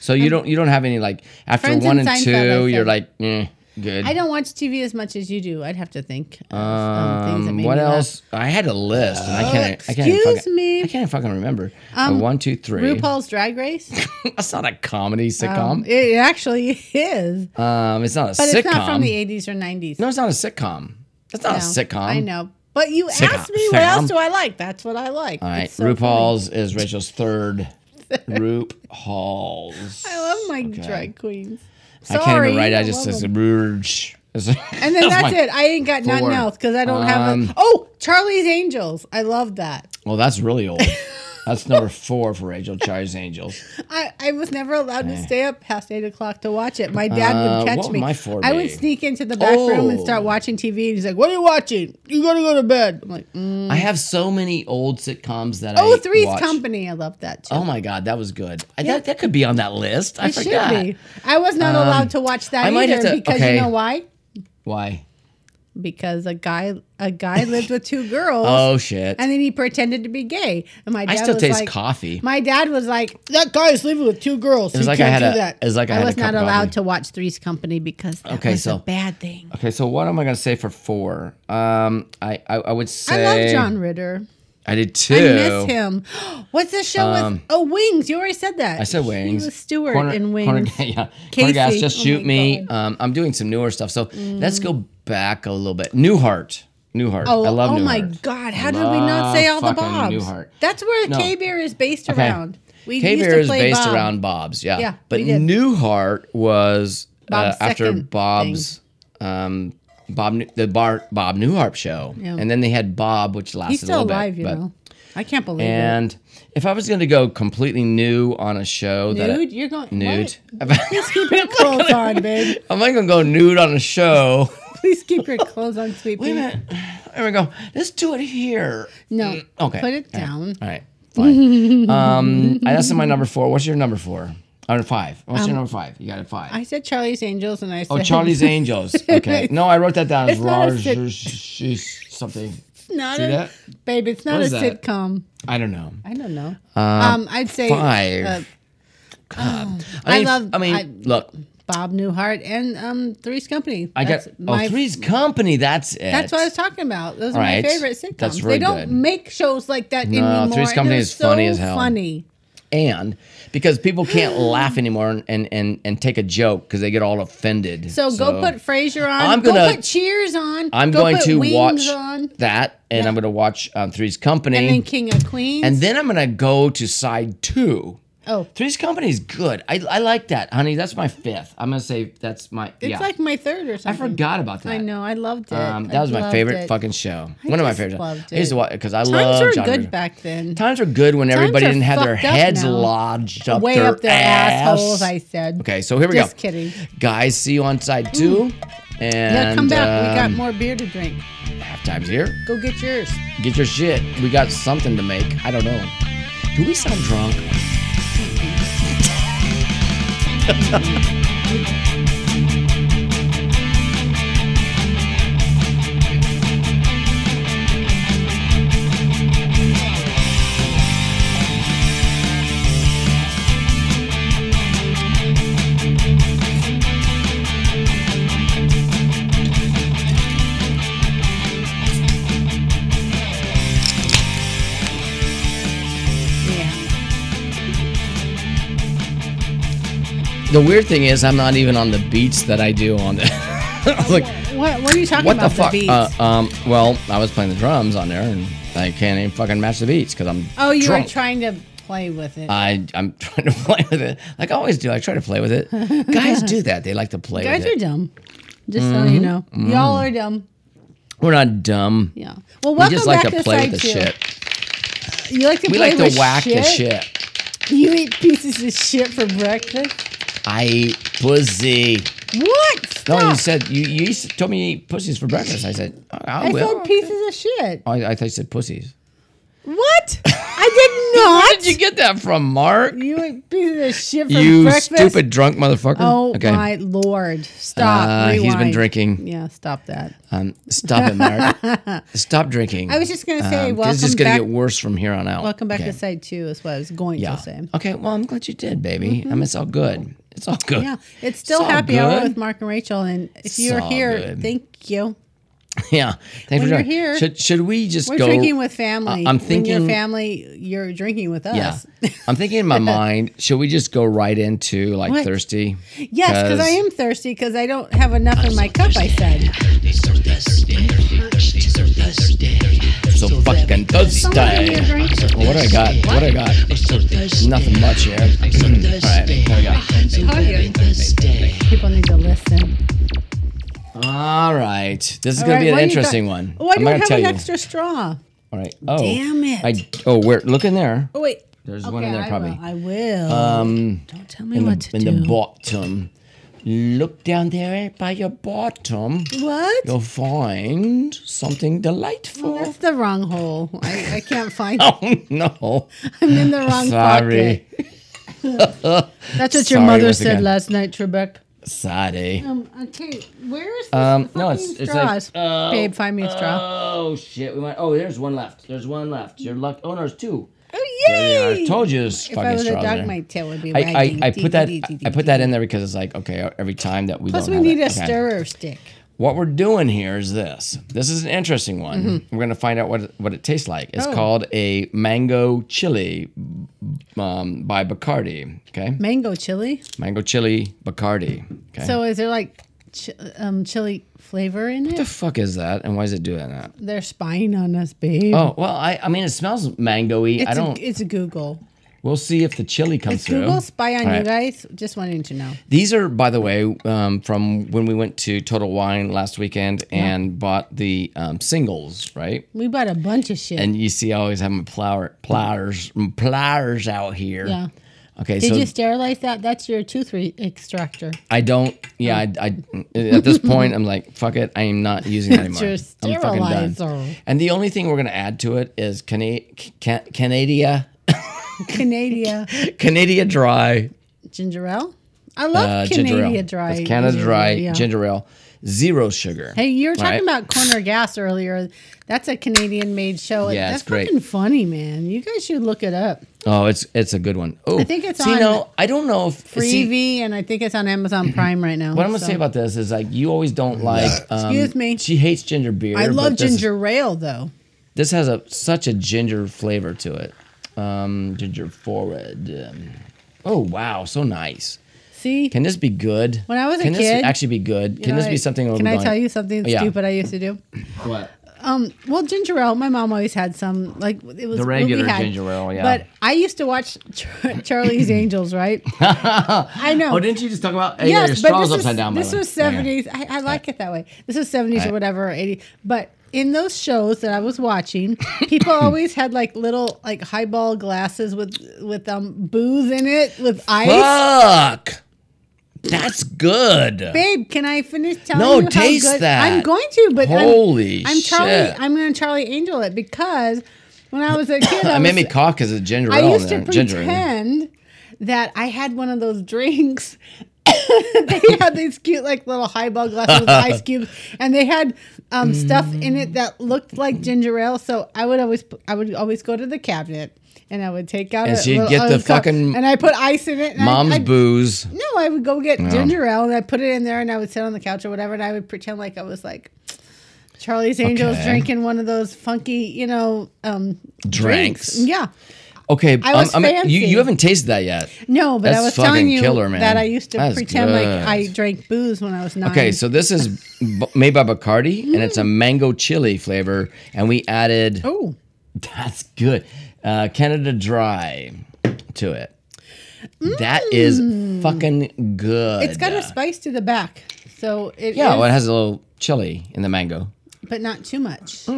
S6: So you don't you don't have any like after
S7: Friends
S6: one
S7: and
S6: and,
S7: Seinfeld,
S6: two,
S7: I
S6: you're
S7: said.
S6: like eh, good.
S7: I don't watch TV as much as you do. I'd have to think. Of, um, things that
S6: Um,
S7: made
S6: what
S7: me laugh.
S6: else? I had a list, and I can't. I can't
S7: excuse
S6: fucking,
S7: me. Um,
S6: I can't fucking remember. Uh, one, two, three.
S7: RuPaul's Drag Race.
S6: [laughs] That's not a comedy
S7: Um,
S6: sitcom.
S7: it actually is,
S6: Um, it's not a
S7: but
S6: sitcom.
S7: it's not from the '80s or '90s.
S6: no, it's not a sitcom. It's not a sitcom.
S7: I know, but you
S6: Sitcom.
S7: asked me what
S6: Sitcom.
S7: else do I like. That's what I like.
S6: All right,
S7: It's so
S6: RuPaul's is Rachel's
S7: [laughs]
S6: third. RuPaul's.
S7: funny. I love my
S6: Okay.
S7: drag queens.
S6: I
S7: Sorry,
S6: can't even write. I just
S7: love
S6: says
S7: 'em.
S6: Rouge. [laughs]
S7: and then that's it. I ain't got nothing
S6: four.
S7: else because I don't have.
S6: Um,
S7: A, oh, Charlie's Angels. I love that.
S6: Well, that's really
S7: [laughs]
S6: old. That's number four for Rachel Charlie's Angels.
S7: I, I was never allowed to stay up past eight o'clock to watch it. My dad
S6: Uh,
S7: would catch
S6: what would
S7: me.
S6: my four
S7: I
S6: be?
S7: would sneak into the back room and
S6: Oh.
S7: start watching TV. And he's like, "What are you watching? You gotta go to bed." I'm like, mm.
S6: I have so many old sitcoms that I
S7: "Oh, Three's
S6: watch.
S7: Company." I love that too.
S6: Oh my god, that was good. I, that, that could be on that list. I
S7: it
S6: forgot. Um,
S7: should be. I was not allowed to watch that
S6: I might
S7: either
S6: have to-
S7: because
S6: okay.
S7: you know why?
S6: Why?
S7: Because a guy a guy lived
S6: [laughs]
S7: with two girls.
S6: Oh shit.
S7: And then he pretended to be gay. And my dad
S6: I still
S7: was
S6: taste
S7: like,
S6: coffee.
S7: My dad was like, "That guy's living with two girls. It
S6: was
S7: you
S6: like I
S7: can't
S6: had
S7: do
S6: a-
S7: that."
S6: it was like I had a
S7: was
S6: cup
S7: not
S6: of
S7: allowed
S6: coffee.
S7: to watch Three's Company because that
S6: Okay,
S7: was
S6: so-
S7: a bad thing.
S6: Okay, so what am I gonna say for four? Um, I I, I would
S7: I
S6: say
S7: love John Ritter.
S6: I did too.
S7: I miss him. [gasps] What's the show
S6: Um,
S7: with? Oh, Wings. You already said that.
S6: I said wings.
S7: He was Stewart
S6: Corner-
S7: in
S6: Corner,
S7: Wings.
S6: [laughs] yeah. Corner gas,
S7: Casey.
S6: just
S7: Oh
S6: shoot
S7: my
S6: me.
S7: God. Mm.
S6: Um, I'm doing some newer stuff, so let's go back a little bit. Newhart. Newhart.
S7: [laughs] Oh,
S6: I love
S7: oh
S6: Newhart.
S7: my God! How did we not say all the
S6: Love fucking
S7: Bobs?
S6: Newhart.
S7: That's where
S6: No.
S7: K Beer is based
S6: Okay.
S7: around. We
S6: Cave
S7: used
S6: Bear
S7: to
S6: is
S7: play
S6: based
S7: Bob.
S6: around Bob's, yeah.
S7: Yeah,
S6: but
S7: we did.
S6: Newhart was uh,
S7: Bob's
S6: after
S7: second
S6: Bob's um, Bob New- the bar, Bob Newhart show,
S7: Yeah.
S6: and then they had Bob, which lasted
S7: He's
S6: a
S7: still
S6: little
S7: alive,
S6: bit.
S7: you
S6: but-
S7: know. I can't believe it.
S6: And if I was going to go completely new on a show that
S7: Nude? You're going
S6: uh, nude,
S7: What? [laughs] Please
S6: [laughs]
S7: keep your clothes on, babe.
S6: I'm not going to go nude on a show.
S7: Please keep your clothes on, sweet
S6: Wait a
S7: pea.
S6: minute. There we go. Let's do it here. Mm,
S7: No.
S6: Okay.
S7: Put it
S6: All right.
S7: down.
S6: All right. Fine. um, I- that's my number four. What's your number four? Or five. What's your number five? You got a five.
S7: Um, I said Charlie's Angels, and I said [laughs]
S6: oh, Charlie's Angels. Okay. No, I wrote that down as
S7: It's not a
S6: Raj
S7: sit-
S6: something.
S7: Not
S6: See
S7: a,
S6: that?
S7: babe. It's not
S6: What
S7: a
S6: is that?
S7: sitcom.
S6: I don't know.
S7: I don't know. Um, I'd say
S6: five.
S7: uh,
S6: I, mean,
S7: love-
S6: I mean,
S7: I-
S6: look.
S7: Bob Newhart and um, Three's Company.
S6: I got
S7: That's
S6: oh, Three's Company. That's it.
S7: That's what I was talking about. Those are
S6: Right.
S7: my favorite sitcoms.
S6: That's
S7: they
S6: really
S7: don't
S6: good.
S7: make shows like that
S6: No,
S7: anymore.
S6: Three's
S7: and
S6: Company
S7: they're
S6: is funny
S7: so
S6: as hell.
S7: Funny.
S6: and because people can't [gasps] laugh anymore and, and, and, and take a joke because they get all offended.
S7: So, go put Frasier on.
S6: I'm
S7: go
S6: gonna-
S7: put Cheers on.
S6: I'm
S7: go
S6: going
S7: put
S6: to
S7: Wings
S6: watch
S7: on.
S6: that, and I'm going to watch um, Three's Company,
S7: And then King of Queens.
S6: and then I'm going to go to side two.
S7: oh,
S6: Three's Company is good. I, I like that, honey. That's my fifth. I'm going to say that's my
S7: it's
S6: yeah.
S7: like my third or
S6: I
S7: something.
S6: forgot about that.
S7: I know. I loved it.
S6: Um,
S7: I
S6: that was my
S7: loved
S6: favorite
S7: it.
S6: fucking show. One of my
S7: just
S6: favorite.
S7: loved
S6: I used to
S7: it.
S6: watch because I
S7: Times
S6: love
S7: were
S6: John
S7: good
S6: Ritter.
S7: back then.
S6: Times are good when everybody
S7: are
S6: didn't have their
S7: fucked up
S6: heads
S7: now.
S6: lodged up
S7: Way
S6: their
S7: up their
S6: ass.
S7: assholes. I said.
S6: Okay, so here we
S7: Just
S6: go.
S7: kidding.
S6: Guys, see you on side two. And
S7: Mm. Yeah, come back.
S6: um,
S7: we got more beer to drink.
S6: Halftime's here.
S7: Go get yours.
S6: Get your shit. We got something to make. I don't know. Do we sound drunk?
S7: Yeah.
S6: The weird thing is, I'm not even on the beats that I do on the. [laughs] like,
S7: What What are you talking
S6: what the
S7: about?
S6: fuck?
S7: beats?
S6: Uh, um, well, I was playing the drums on there, and I can't even fucking match the beats because I'm.
S7: oh, you
S6: drunk.
S7: were trying to play with it.
S6: I I'm [laughs] trying to play with it, like I always do. I try to play with it. Guys do that. They like to play
S7: Guys
S6: with it.
S7: are dumb. Just so
S6: Mm-hmm.
S7: you know, y'all are dumb.
S6: We're not dumb.
S7: Yeah. Well,
S6: We
S7: welcome
S6: just like
S7: back
S6: to play
S7: side
S6: with the
S7: two.
S6: shit.
S7: You like to
S6: We
S7: play
S6: like to
S7: with
S6: whack
S7: shit?
S6: the shit.
S7: You eat pieces of shit for breakfast.
S6: I eat pussy.
S7: What?
S6: No,
S7: Stop.
S6: you said you you used to- told me you eat pussies for breakfast. I said I,
S7: I
S6: will.
S7: said pieces of shit.
S6: I, I thought you said pussies. [laughs]
S7: What? [laughs] I
S6: Where
S7: did not.
S6: did you get that from, Mark?
S7: You eat pieces of shit for
S6: you
S7: breakfast.
S6: stupid drunk motherfucker.
S7: Oh my lord! Stop.
S6: Uh, he's been
S7: Rewind.
S6: drinking.
S7: Yeah, stop that.
S6: Um, stop it, Mark.
S7: [laughs]
S6: stop drinking.
S7: I was just gonna say,
S6: this is just
S7: welcome
S6: gonna
S7: back-
S6: get worse from here on out.
S7: Welcome back
S6: Okay.
S7: to side two. Is what I was going
S6: Yeah.
S7: to say.
S6: Okay. Well, I'm glad you did, baby. I mean, it's all good. It's all good.
S7: Mm-hmm. Yeah, it's still
S6: all
S7: happy hour
S6: good. [laughs]
S7: with Mark and Rachel, and if you're
S6: all
S7: here,
S6: good.
S7: thank you.
S6: Yeah. Thanks
S7: When
S6: for
S7: you're
S6: joining.
S7: here,
S6: Should, should we just
S7: We're
S6: go?
S7: drinking with family.
S6: I'm
S7: when
S6: thinking-
S7: you're family, you're drinking with
S6: yeah.
S7: us. [laughs]
S6: I'm thinking in my mind, should we just go right into like
S7: What?
S6: thirsty?
S7: yes, because I am thirsty because I don't have enough in my cup. I said.
S6: so fucking thirsty.
S7: Someone give me a drink.
S6: What do I got? What do I got? Nothing much here. Mm, All right. What we got?
S7: People need to listen.
S6: All right. This is
S7: All
S6: going to
S7: right,
S6: be an
S7: what do you
S6: interesting
S7: got?
S6: one.
S7: Oh, I
S6: I'm
S7: don't
S6: gonna
S7: have
S6: tell
S7: an
S6: you.
S7: extra straw.
S6: All right. Oh.
S7: Damn it.
S6: I, oh, where? Look in there.
S7: Oh wait.
S6: There's one in there
S7: I
S6: probably.
S7: Will. I will.
S6: Um.
S7: don't tell me
S6: in,
S7: what
S6: the,
S7: to
S6: in
S7: do.
S6: the bottom. Look down there by your bottom.
S7: what?
S6: You'll find something
S7: Oh,
S6: delightful.
S7: that's the wrong hole. I, I can't find it.
S6: [laughs] Oh no!
S7: I'm in the wrong pocket.
S6: Oh, Sorry,
S7: That's what
S6: Sorry,
S7: your mother
S6: once
S7: said
S6: again.
S7: last night, Trebek.
S6: sorry.
S7: Um, okay, where is this
S6: Um, no,
S7: fucking
S6: it's- it's like-
S7: straws?
S6: oh,
S7: Babe, find me a straw.
S6: Oh shit! We might. Oh, there's one left. There's one left. You're luck. Oh, no, there's two.
S7: oh,
S6: There
S7: yay!
S6: they are. I told you, it's
S7: if
S6: fucking
S7: I was a
S6: straws
S7: dog,
S6: there.
S7: my tail would be
S6: I,
S7: wagging.
S6: I, I put that I- I put that in
S7: the
S6: there because it's like okay every time that we
S7: Plus,
S6: don't
S7: we
S6: have
S7: need a
S6: it. Okay.
S7: stirrer stick.
S6: What we're doing here is this. This is an interesting one. We're gonna find out what it- what it tastes like. It's
S7: Mm-hmm. Oh.
S6: called a mango chili um, by Bacardi. Okay,
S7: Mango chili.
S6: mango chili Bacardi. Okay,
S7: So, is there like ch- um, chili flavor in
S6: what the
S7: it?
S6: fuck is that, and why is it doing that?
S7: They're spying on us, babe.
S6: Oh well, I I mean it smells mangoey.
S7: it's
S6: I don't.
S7: A, it's a Google.
S6: We'll see if the chili comes
S7: Is
S6: through.
S7: Google spy on
S6: All
S7: you
S6: right.
S7: guys? Just wanting to know.
S6: These are, by the way, um, from when we went to Total Wine last weekend and bought the um, singles, right?
S7: We bought a bunch of shit.
S6: And you see, I always have my plower, pliers, pliers out here.
S7: Yeah.
S6: Okay,
S7: Did
S6: so
S7: you sterilize that? That's your tooth re- extractor.
S6: I don't. Yeah,
S7: Oh.
S6: I, I- At this point, I'm like, fuck it. I am
S7: [laughs]
S6: not using that
S7: It's
S6: anymore.
S7: your
S6: I'm fucking done.
S7: sterilizer.
S6: And the only thing we're gonna add to it is Cana- Ca- Canada,
S7: Canada
S6: Canada Dry,
S7: [laughs] ginger ale. I love
S6: uh, ginger ale.
S7: Canada dry.
S6: It's Canada Dry
S7: ale, yeah.
S6: ginger ale, zero sugar.
S7: Hey, you were
S6: All
S7: talking
S6: right?
S7: about Corner Gas earlier. That's a Canadian made show.
S6: Yeah,
S7: That's
S6: it's great.
S7: fucking funny, man. You guys should look it up.
S6: Oh, it's it's a good one. Oh,
S7: I think it's
S6: see,
S7: on
S6: no, I don't know if
S7: Freebie,
S6: see,
S7: and I think it's on Amazon Prime right now.
S6: What I'm gonna say about this is like you always don't like. Um,
S7: Excuse me.
S6: She hates ginger beer.
S7: I
S6: but
S7: love
S6: this is-
S7: ginger ale though.
S6: This has a such a ginger flavor to it. Um, ginger forward. Um, oh wow, so nice.
S7: See,
S6: Can this be good?
S7: When I was a
S6: can
S7: kid-
S6: this actually be good?
S7: You
S6: Can
S7: know
S6: this be
S7: what?
S6: something? we'll
S7: Can
S6: be
S7: I
S6: going-
S7: tell you something
S6: Yeah.
S7: stupid I used to do?
S6: What?
S7: Um, well, ginger ale. My mom always had some. Like it was
S6: The
S7: what we
S6: regular
S7: had.
S6: ginger ale, yeah.
S7: But I used to watch Char-
S6: [laughs]
S7: Charlie's Angels, right? I know.
S6: Oh, didn't you just talk about? Hey, your
S7: yes, but
S6: straw's
S7: this,
S6: upside
S7: is,
S6: down. by
S7: this
S6: the way.
S7: was
S6: Yeah, yeah.
S7: seventies. I, I like it that way. This was seventies
S6: Right.
S7: or whatever, eighty. But in those shows that I was watching,
S6: [laughs]
S7: people always had like little like highball glasses with with um booze in it with ice.
S6: Fuck. That's good.
S7: Babe, can I finish telling
S6: No,
S7: you how
S6: taste
S7: good-
S6: that.
S7: I'm going to, but I'm-
S6: Holy
S7: I'm, Charlie.
S6: shit.
S7: I'm going to Charlie Angel it because when
S6: [coughs]
S7: I was a kid, I,
S6: I made
S7: was,
S6: me cough because of ginger
S7: I
S6: ale. in
S7: used to
S6: there. ginger. in there.
S7: pretend that I had one of
S6: [laughs]
S7: those drinks. [laughs] they had these cute, like little highball glasses
S6: [laughs]
S7: with ice cubes, and they had um, stuff in
S6: Mm.
S7: it that looked like ginger ale. So I would always, I would always go to the cabinet, and I would take out
S6: And
S7: a
S6: she'd
S7: little
S6: get the
S7: ice cup,
S6: fucking
S7: and I put ice in it. And I-
S6: Mom's
S7: I'd-
S6: booze.
S7: no, I would go get ginger ale and I put it in there and I would sit on the couch or whatever and I would pretend like I was like Charlie's Angels
S6: Okay.
S7: drinking one of those funky, you know, um
S6: Drinks.
S7: Yeah.
S6: Okay,
S7: I
S6: um,
S7: was fancy.
S6: You, you haven't tasted that yet.
S7: No, but I
S6: That's
S7: was telling
S6: fucking
S7: you
S6: killer, man.
S7: that I used to
S6: That's
S7: pretend like
S6: good.
S7: I drank booze when I was nine.
S6: Okay, so this is b- made by Bacardi, and it's a mango chili flavor, and we added
S7: Mm. Oh.
S6: [laughs] that's good uh, Canada Dry to it. That is fucking good.
S7: Mm. It's got a spice to the back. So it
S6: yeah, well, it
S7: is-
S6: has a little chili in the mango.
S7: but not too much. Wow.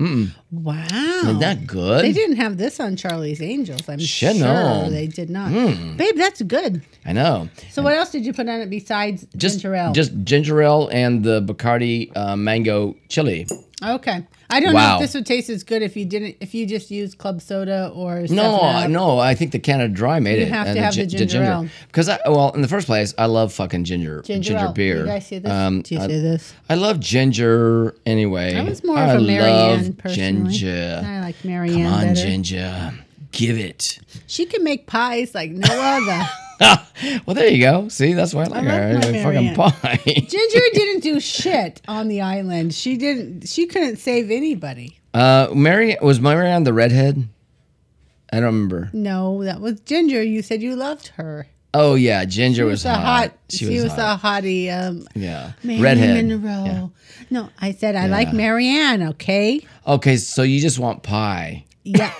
S6: Isn't Hmm, that good?
S7: Oh. They didn't have this on Charlie's Angels. I'm
S6: Shit,
S7: sure
S6: no.
S7: they did not.
S6: Hmm.
S7: Babe, that's good.
S6: I know.
S7: So what else did you put on it besides
S6: Just
S7: ginger ale?
S6: just ginger ale and the Bacardi uh, mango chili.
S7: Okay. I don't know
S6: Wow.
S7: if this would taste as good if you didn't if you just used club soda or
S6: No,
S7: Seven
S6: uh,
S7: Up.
S6: no, I think the Canada Dry made
S7: You
S6: it.
S7: have
S6: and
S7: to have the
S6: gi-
S7: ginger ale.
S6: Because I well, in the first place, I love fucking ginger
S7: ginger,
S6: ginger,
S7: ale.
S6: beer.
S7: You guys see this?
S6: Um,
S7: Do you
S6: I,
S7: see this?
S6: I love ginger anyway.
S7: I was more
S6: I
S7: of a Marianne
S6: love
S7: personally.
S6: Ginger.
S7: I like
S6: Come
S7: Marianne
S6: on,
S7: better.
S6: ginger. Give it. [laughs]
S7: She can make pies like no other.
S6: well, there you go. See, that's why I like
S7: love
S6: her.
S7: my
S6: Like fucking
S7: Marianne.
S6: pie. [laughs]
S7: ginger didn't do shit on the island. She didn't. She couldn't save anybody.
S6: uh, Mary was Marianne the redhead. I don't remember.
S7: No, that was Ginger. You said you loved her.
S6: Oh yeah, Ginger was,
S7: a
S6: hot.
S7: hot.
S6: She, was, hot.
S7: a hottie. Um,
S6: Yeah,
S7: Marilyn
S6: redhead.
S7: Monroe.
S6: Yeah.
S7: No, I said I like Marianne. Okay.
S6: Okay, so you just want pie. [laughs]
S7: Yep.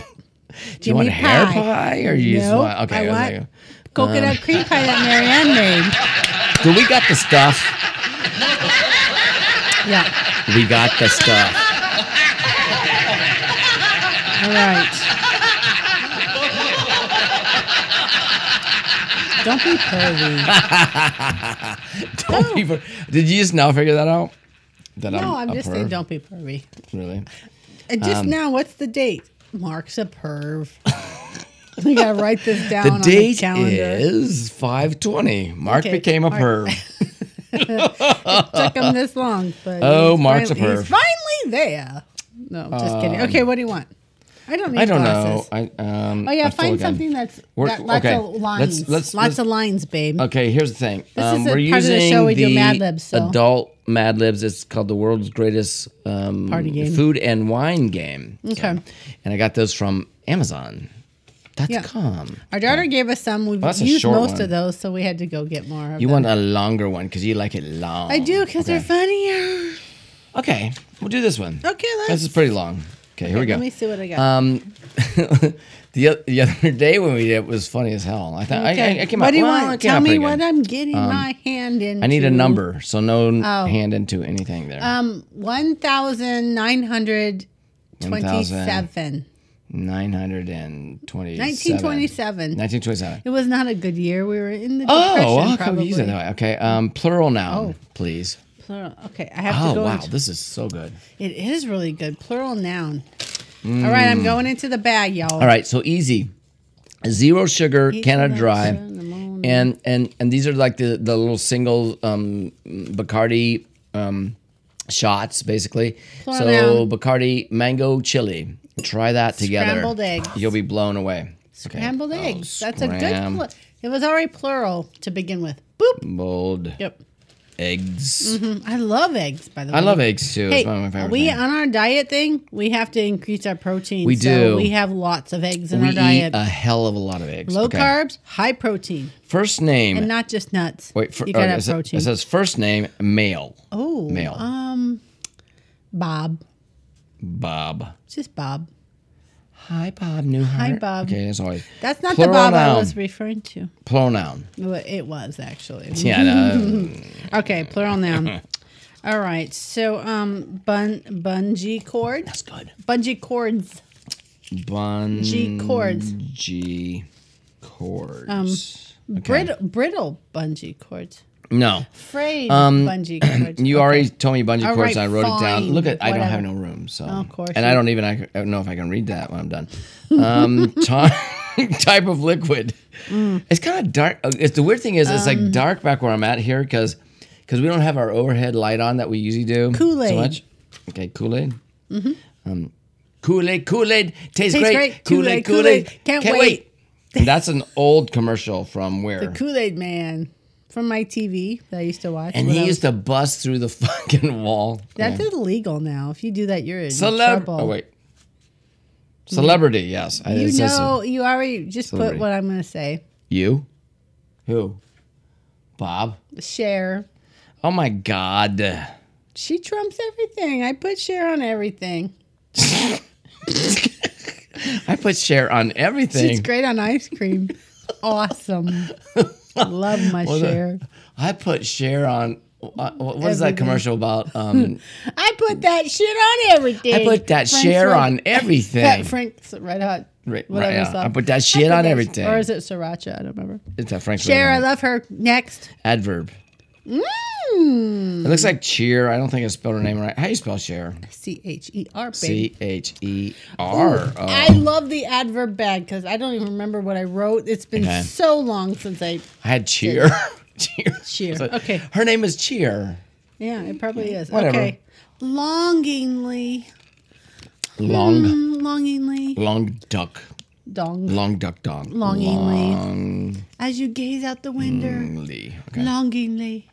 S6: Do you want a hair pie or you just
S7: No,
S6: want? Okay,
S7: I
S6: I was
S7: want-
S6: like, um,
S7: Coconut cream pie that Marianne made.
S6: so we got the stuff.
S7: Yeah.
S6: We got the
S7: [laughs]
S6: stuff.
S7: All right. Don't
S6: [laughs]
S7: be pervy.
S6: Don't be per- Did you just now figure that out? That
S7: No, I'm
S6: a
S7: just saying,
S6: perv? Um,
S7: don't be pervy.
S6: Really?
S7: And just now, what's the date? Mark's a perv. [laughs] we gotta write this down
S6: The
S7: on the
S6: date
S7: calendar.
S6: is five twenty. Mark
S7: Okay,
S6: became a
S7: Mark- [laughs]
S6: perv.
S7: Took him this long,
S6: [laughs]
S7: but
S6: Oh,
S7: he's
S6: Mark's a
S7: finally,
S6: perv. Um,
S7: He's finally there. No, just kidding. Okay, what do you want? I don't need
S6: I don't know.
S7: glasses.
S6: I um.
S7: Oh yeah,
S6: I feel
S7: find
S6: like I'm-
S7: something that's
S6: We're-
S7: got lots
S6: okay,
S7: of
S6: let's-
S7: lines.
S6: let's-
S7: lots
S6: let's-
S7: of lines, babe.
S6: Okay, here's the thing.
S7: This
S6: um,
S7: is a
S6: we're
S7: part of the
S6: using
S7: show we do
S6: the
S7: Mad Libs, so-
S6: adult Mad Libs. It's called the world's greatest um,
S7: Party game.
S6: food and wine game. So-
S7: Okay.
S6: and I got those from Amazon. Dot
S7: Yeah.
S6: com.
S7: Our daughter gave us some. We've
S6: Oh, that's a
S7: used
S6: short
S7: most
S6: one.
S7: of those, so we had to go get more. Of
S6: You
S7: them.
S6: want a longer one because you like it long.
S7: I do because they're funnier.
S6: Okay, we'll do this one.
S7: Okay, let's.
S6: This is pretty long. Okay, here we go.
S7: Let me see what I got.
S6: Um, The, oth- the [laughs] other day when we did it was funny as hell. I thought I, I, I came
S7: what
S6: out.
S7: do you
S6: well, I
S7: want?
S6: came
S7: Tell
S6: out
S7: me
S6: pretty
S7: what
S6: good. Um,
S7: I'm getting my hand in.
S6: I need a number, so no n- hand into anything there.
S7: Oh. Um, one thousand nine hundred twenty-seven.
S6: 927.
S7: 1927.
S6: 1927.
S7: It was not a good year. We were in the depression.
S6: Oh, well, how come
S7: probably. Oh.
S6: you said that way? Okay, um, plural noun, please.
S7: Plural. Okay, I have to
S6: Oh,
S7: go.
S6: wow,
S7: into-
S6: this is so good.
S7: it is really good. Plural noun. All right, I'm going into the bag, y'all.
S6: Mm. All right, so easy. Zero sugar, Canada
S7: that
S6: Dry,
S7: cinnamon.
S6: and and and these are like the the little single um, Bacardi um, shots, basically.
S7: Plural
S6: so
S7: noun.
S6: Bacardi mango chili. Try that together.
S7: Scrambled eggs.
S6: You'll be blown away. Okay.
S7: Scrambled
S6: Oh,
S7: eggs. That's a good.
S6: scrambled
S7: Pl- it was already plural to begin with. Boop. Yep. Hmm,
S6: eggs.
S7: I love eggs, by the way.
S6: I love eggs too.
S7: Mm-hmm. Hey,
S6: it's one of my favorite.
S7: we
S6: things.
S7: on our diet thing, we have to increase our protein.
S6: We
S7: So
S6: do.
S7: we have lots of eggs in
S6: we
S7: our
S6: eat
S7: diet.
S6: a hell of a lot of eggs.
S7: Low
S6: Okay.
S7: carbs, high protein,
S6: First name.
S7: and not just nuts.
S6: wait, for,
S7: you gotta
S6: oh,
S7: have
S6: it, sa-
S7: protein.
S6: it says first name male.
S7: oh,
S6: male.
S7: Um, Bob,
S6: Bob.
S7: just Bob.
S6: Hi, Bob Newhart.
S7: Hi, Bob.
S6: Okay, that's always.
S7: That's not
S6: Plural
S7: the Bob
S6: noun.
S7: I was referring to. [laughs]
S6: pronoun.
S7: Well, It was actually.
S6: Yeah,
S7: Mm-hmm.
S6: no,
S7: Okay,
S6: [laughs]
S7: plural noun. All right, so um, bun bungee cord,
S6: that's good.
S7: bungee cords,
S6: Bun.
S7: G cords,
S6: G chords.
S7: brittle brittle bungee cords,
S6: no,
S7: frayed bungee cords.
S6: Um, [clears throat] you
S7: Okay.
S6: already told me bungee
S7: All
S6: cords.
S7: right,
S6: and I wrote it down.
S7: fine,
S6: Look at, I don't have no
S7: whatever.
S6: room, so
S7: of course
S6: and
S7: you-
S6: I don't even I don't know if I can read that when I'm done.
S7: [laughs]
S6: Um, ti- [laughs] type of liquid.
S7: Mm.
S6: It's kind of dark. Uh, It's the weird thing is it's
S7: Um.
S6: like dark back where I'm at here because because we don't have our overhead light on that we usually do.
S7: Kool-Aid.
S6: So much. Okay, Kool Aid. Mm-hmm. Um, Kool Aid, Kool Aid tastes,
S7: Tastes
S6: great.
S7: great.
S6: Kool Aid,
S7: Kool-Aid,
S6: Kool Aid
S7: Kool-Aid. Can't wait.
S6: That's an old commercial from where
S7: The Kool Aid Man from my TV that I used to watch.
S6: and
S7: when I
S6: he
S7: was-
S6: used to bust through the [laughs] fucking wall.
S7: That's illegal now. If you do that, you're in
S6: Celeb.
S7: trouble.
S6: Oh wait. Celebrity. Yes. I, it
S7: You
S6: says so.
S7: know, you already just
S6: Celebrity.
S7: put what I'm going to say.
S6: You. Who? Bob.
S7: Share.
S6: Oh my God.
S7: She trumps everything. I put share on everything.
S6: I put share on
S7: She's
S6: everything.
S7: great on ice
S6: [laughs]
S7: cream. awesome. Love my
S6: the-
S7: share.
S6: I put share on. wha- wha- What is that
S7: Everything.
S6: commercial about? Um,
S7: I put that shit on everything.
S6: I put that
S7: Frank's
S6: share
S7: Red-
S6: on
S7: That
S6: everything.
S7: Frank's Red Hot.
S6: Right- right,
S7: whatever
S6: yeah.
S7: song.
S6: I put that shit
S7: put
S6: on
S7: that-
S6: everything.
S7: Or is it sriracha? I don't remember.
S6: it's a Frank
S7: Share, I
S6: Ferdinand
S7: love her. Next.
S6: adverb.
S7: Mm.
S6: It looks like cheer. I don't think I spelled her name right. How do you spell share?
S7: C H E R, baby.
S6: C H E R. Oh.
S7: I love the adverb bag because I don't even remember what I wrote. It's been
S6: Okay.
S7: so long since I.
S6: I had cheer. [laughs] cheer.
S7: Cheer.
S6: So-
S7: Okay.
S6: Her name is Cheer.
S7: Yeah, it probably is.
S6: Whatever.
S7: Okay. Longingly.
S6: Long.
S7: Mm, longingly.
S6: Long duck.
S7: Dong.
S6: Long duck dong.
S7: Longingly.
S6: Longly.
S7: As you gaze out the window.
S6: Mm, Okay.
S7: Longingly.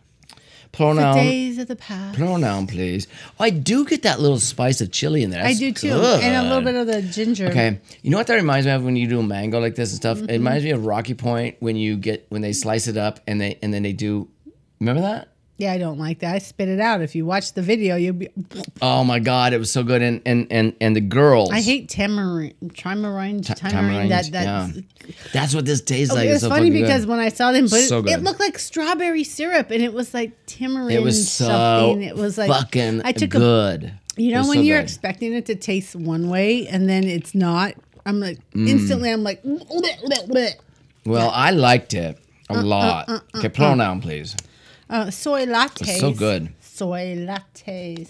S7: The
S6: Pronoun.
S7: days of the past.
S6: Pronoun, please. Oh, I do get that little spice of chili in there.
S7: I
S6: That's
S7: do too.
S6: good.
S7: And a little bit of the ginger.
S6: Okay, you know what that reminds me of when you do a mango like this and stuff.
S7: Mm-hmm.
S6: It reminds me of Rocky Point when you get when they slice it up and they and then they do. Remember that?
S7: Yeah, I don't like that. I spit it out. If you watch the video, you'll be.
S6: Oh my God, it was so good. And and and and the girls.
S7: I hate tamarind. Tamarind. Tamarind.
S6: tamarind.
S7: That, that,
S6: yeah. That's what this tastes like.
S7: it
S6: It's
S7: was
S6: so
S7: funny
S6: fucking good.
S7: because when I saw them put
S6: So
S7: it, it
S6: good.
S7: looked like strawberry syrup, and it was like tamarind.
S6: it was so
S7: something. It was like
S6: fucking
S7: I took a.
S6: good.
S7: You
S6: It
S7: know
S6: was
S7: when
S6: so
S7: you're
S6: good.
S7: expecting it to taste one way and then it's not. I'm like instantly. I'm like. "Mm, bleh, bleh, bleh."
S6: Well, I liked it a lot. okay, pronoun, please.
S7: Uh, soy lattes.
S6: so good.
S7: Soy lattes.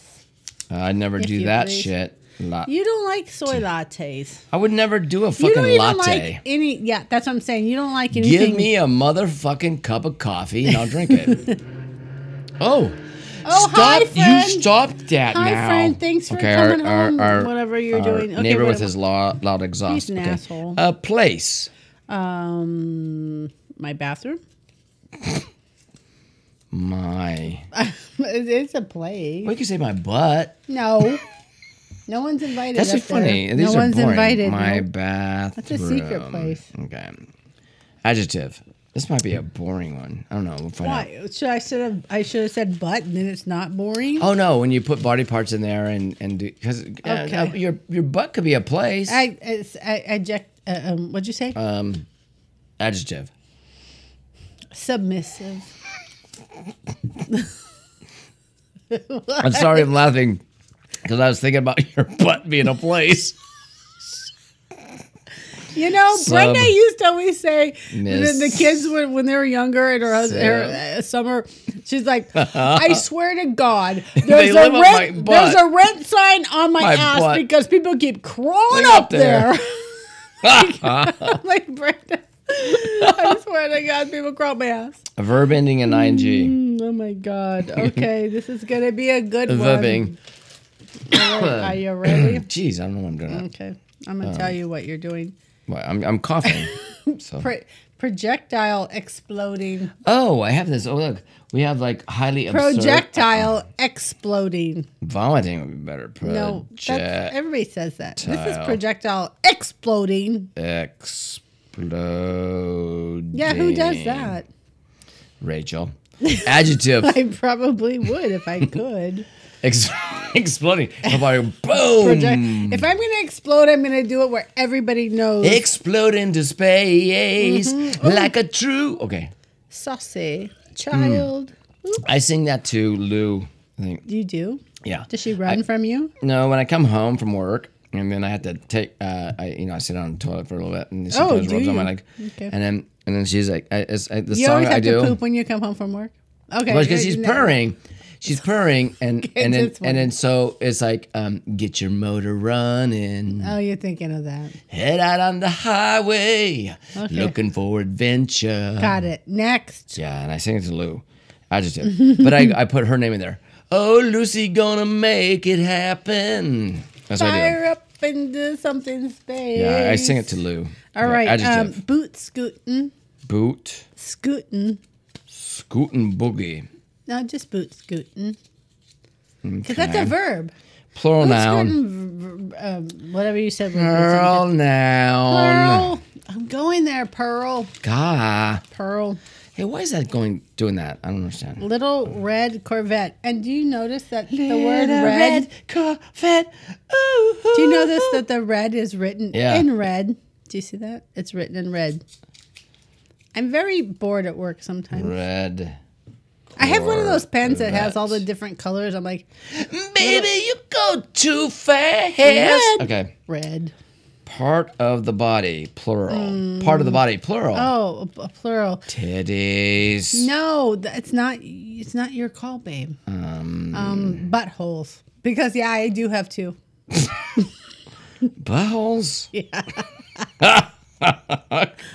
S6: Uh, I'd never do
S7: you
S6: that
S7: please.
S6: shit. La-
S7: You don't like soy lattes.
S6: I would never do a
S7: You don't
S6: fucking
S7: even
S6: latte.
S7: like any. Yeah, that's what I'm saying. You don't like anything.
S6: Give me a motherfucking cup of coffee and I'll drink
S7: [laughs]
S6: it. oh.
S7: Oh, hi,
S6: stop-
S7: friend.
S6: You stopped that
S7: Hi,
S6: now.
S7: friend. Thanks for
S6: our-
S7: coming
S6: our-
S7: home,
S6: our-
S7: whatever you're
S6: our
S7: doing. Okay,
S6: neighbor
S7: wait
S6: with
S7: a-
S6: his loud, loud exhaust.
S7: He's an
S6: Okay.
S7: asshole.
S6: A place.
S7: Um, my bathroom. [laughs]
S6: My.
S7: It- It's a play.
S6: We could say my butt. [laughs]
S7: No. No one's invited.
S6: That's so
S7: up there.
S6: funny. These
S7: no
S6: are
S7: one's
S6: boring.
S7: invited.
S6: My
S7: no.
S6: bathroom.
S7: a secret place.
S6: Okay. Adjective. This might be a boring one. I don't know. We'll find out.
S7: Why should I should have I should have said but and then it's not boring.
S6: Oh no! When you put body parts in there and and because uh,
S7: Okay.
S6: your your butt could be a place
S7: I it's, I eject. Uh, um, what'd you say? [laughs]
S6: adjective.
S7: Submissive.
S6: I'm sorry, I'm laughing because I was thinking about [laughs] your butt being a
S7: [laughs]
S6: place.
S7: You know,
S6: Sub-
S7: Brenda used to always say
S6: Miss.
S7: that the kids when, when they were younger and her, hus- her uh, summer,
S6: [laughs]
S7: she's like, I swear to God, there's a
S6: live on my
S7: rent,
S6: butt.
S7: there's a rent sign on my,
S6: My
S7: ass
S6: butt.
S7: because people keep crawling
S6: Way up
S7: up there. I'm [laughs] like Brenda, I swear to God, people crawl up my ass.
S6: a verb ending in ing.
S7: Oh my God.
S6: [laughs]
S7: Okay, this is gonna be a good one.
S6: Verbing.
S7: All right, Are
S6: [clears throat]
S7: you ready?
S6: Jeez, I don't know what I'm doing. that.
S7: Okay, I'm gonna
S6: Um.
S7: tell you what you're doing.
S6: Well, I'm I'm
S7: [laughs]
S6: coughing. So.
S7: Pro- projectile exploding.
S6: Oh, I have this. Oh look, we have like highly absurd-
S7: Projectile
S6: [laughs]
S7: exploding.
S6: vomiting would be better.
S7: No, that's,
S6: Project
S7: everybody says that. This is
S6: Tile.
S7: projectile exploding.
S6: explode.
S7: Yeah, who does that? [laughs]
S6: Rachel. [laughs] Adjective.
S7: I probably would if I
S6: [laughs]
S7: could.
S6: Ex- exploding. Nobody. Boom.
S7: Project- if I'm going to explode, I'm going to do it where everybody knows.
S6: Explode into space
S7: Mm-hmm.
S6: like a true. Okay,
S7: Saucy
S6: Hmm.
S7: child. Oop,
S6: I sing that to Lou. I think.
S7: You do?
S6: Yeah.
S7: Does she run from you?
S6: No, when I come home from work, and then I have to take, uh, I you know, I sit on the toilet for a little bit, and she
S7: Oh,
S6: throws
S7: do
S6: rubs on
S7: you?
S6: my leg,
S7: Okay.
S6: and then and then she's like, I, it's, I, the
S7: You
S6: song
S7: always have
S6: I do.
S7: to poop when you come home from work. Okay.
S6: Well, because
S7: you-
S6: she's
S7: no.
S6: purring. She's purring,
S7: [laughs]
S6: and and then,
S7: just
S6: and
S7: wondered.
S6: then so it's like, um, get your motor running,
S7: Oh, you're thinking of that.
S6: head out on the highway,
S7: Okay.
S6: looking for adventure.
S7: Got it. Next.
S6: Yeah, and I sing it to Lou. Adjective. [laughs] but I, I put her name in there. Oh, Lucy gonna make it happen. That's what I do.
S7: Fire up into something space.
S6: Yeah, I sing it to Lou.
S7: All
S6: Yeah,
S7: right, um,
S6: Adjective.
S7: boot scootin',
S6: Boot,
S7: scootin',
S6: scootin' boogie.
S7: no, just boot scootin', because that's a verb.
S6: Plural
S7: Boot
S6: noun.
S7: scootin', v- v- um, whatever you said. was-
S6: Plural noun.
S7: Pearl. I'm going there, Pearl.
S6: God.
S7: Pearl.
S6: Hey, why is that going doing that? I don't understand.
S7: Little red Corvette. And do you notice that the word red,
S6: Corvette. Ooh,
S7: Do you notice that the red is written
S6: Yeah.
S7: in red? Do you see that? It's written in red. I'm very bored at work sometimes.
S6: Red.
S7: I have one of those pens that has all the
S6: Corvette.
S7: different colors. I'm like,
S6: Baby, you go too fast.
S7: Red.
S6: Okay.
S7: red.
S6: Part of the body, plural. Part of the body, plural.
S7: Mm. Oh, a, a plural.
S6: Titties.
S7: No, th- it's not. It's not your call, babe. Um, buttholes. Because yeah, I do have two.
S6: Buttholes.
S7: I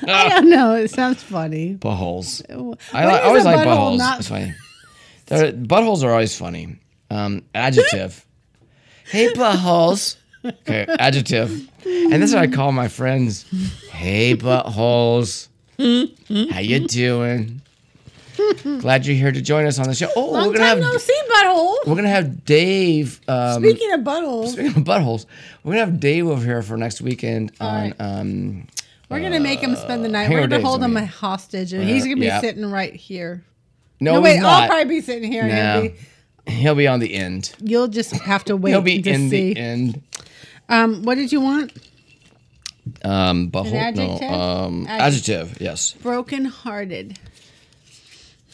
S7: don't know. It sounds funny.
S6: Buttholes.
S7: When
S6: Ah. I, I
S7: is
S6: always
S7: a
S6: like
S7: butthole
S6: buttholes.
S7: not-
S6: That's funny. They're- buttholes are always funny. Um,
S7: [laughs]
S6: adjective. hey, buttholes. Okay, adjective. And this is what I call my friends. Hey, buttholes. How you doing? Glad you're here to join us on the show. Oh,
S7: Long
S6: we're gonna
S7: time
S6: have
S7: no see, butthole.
S6: we're gonna have Dave. Um,
S7: Speaking of buttholes,
S6: speaking of buttholes, we're gonna have Dave over here for next weekend on.
S7: right.
S6: Um,
S7: we're gonna make him spend the night.
S6: Hangover
S7: We're gonna
S6: Days,
S7: hold
S6: I
S7: him
S6: mean.
S7: a hostage, and he's gonna be
S6: Uh, yeah.
S7: sitting right here.
S6: no,
S7: No,
S6: he's
S7: wait,
S6: not.
S7: I'll probably be sitting here.
S6: No.
S7: And he'll be,
S6: He'll be on the end.
S7: you'll just have to
S6: [laughs]
S7: wait
S6: He'll be
S7: to
S6: in
S7: see.
S6: the end.
S7: Um, what did you want?
S6: Um, but
S7: An
S6: hold-
S7: adjective?
S6: No, um,
S7: Adjec-
S6: adjective.
S7: [laughs]
S6: Yes.
S7: Broken hearted.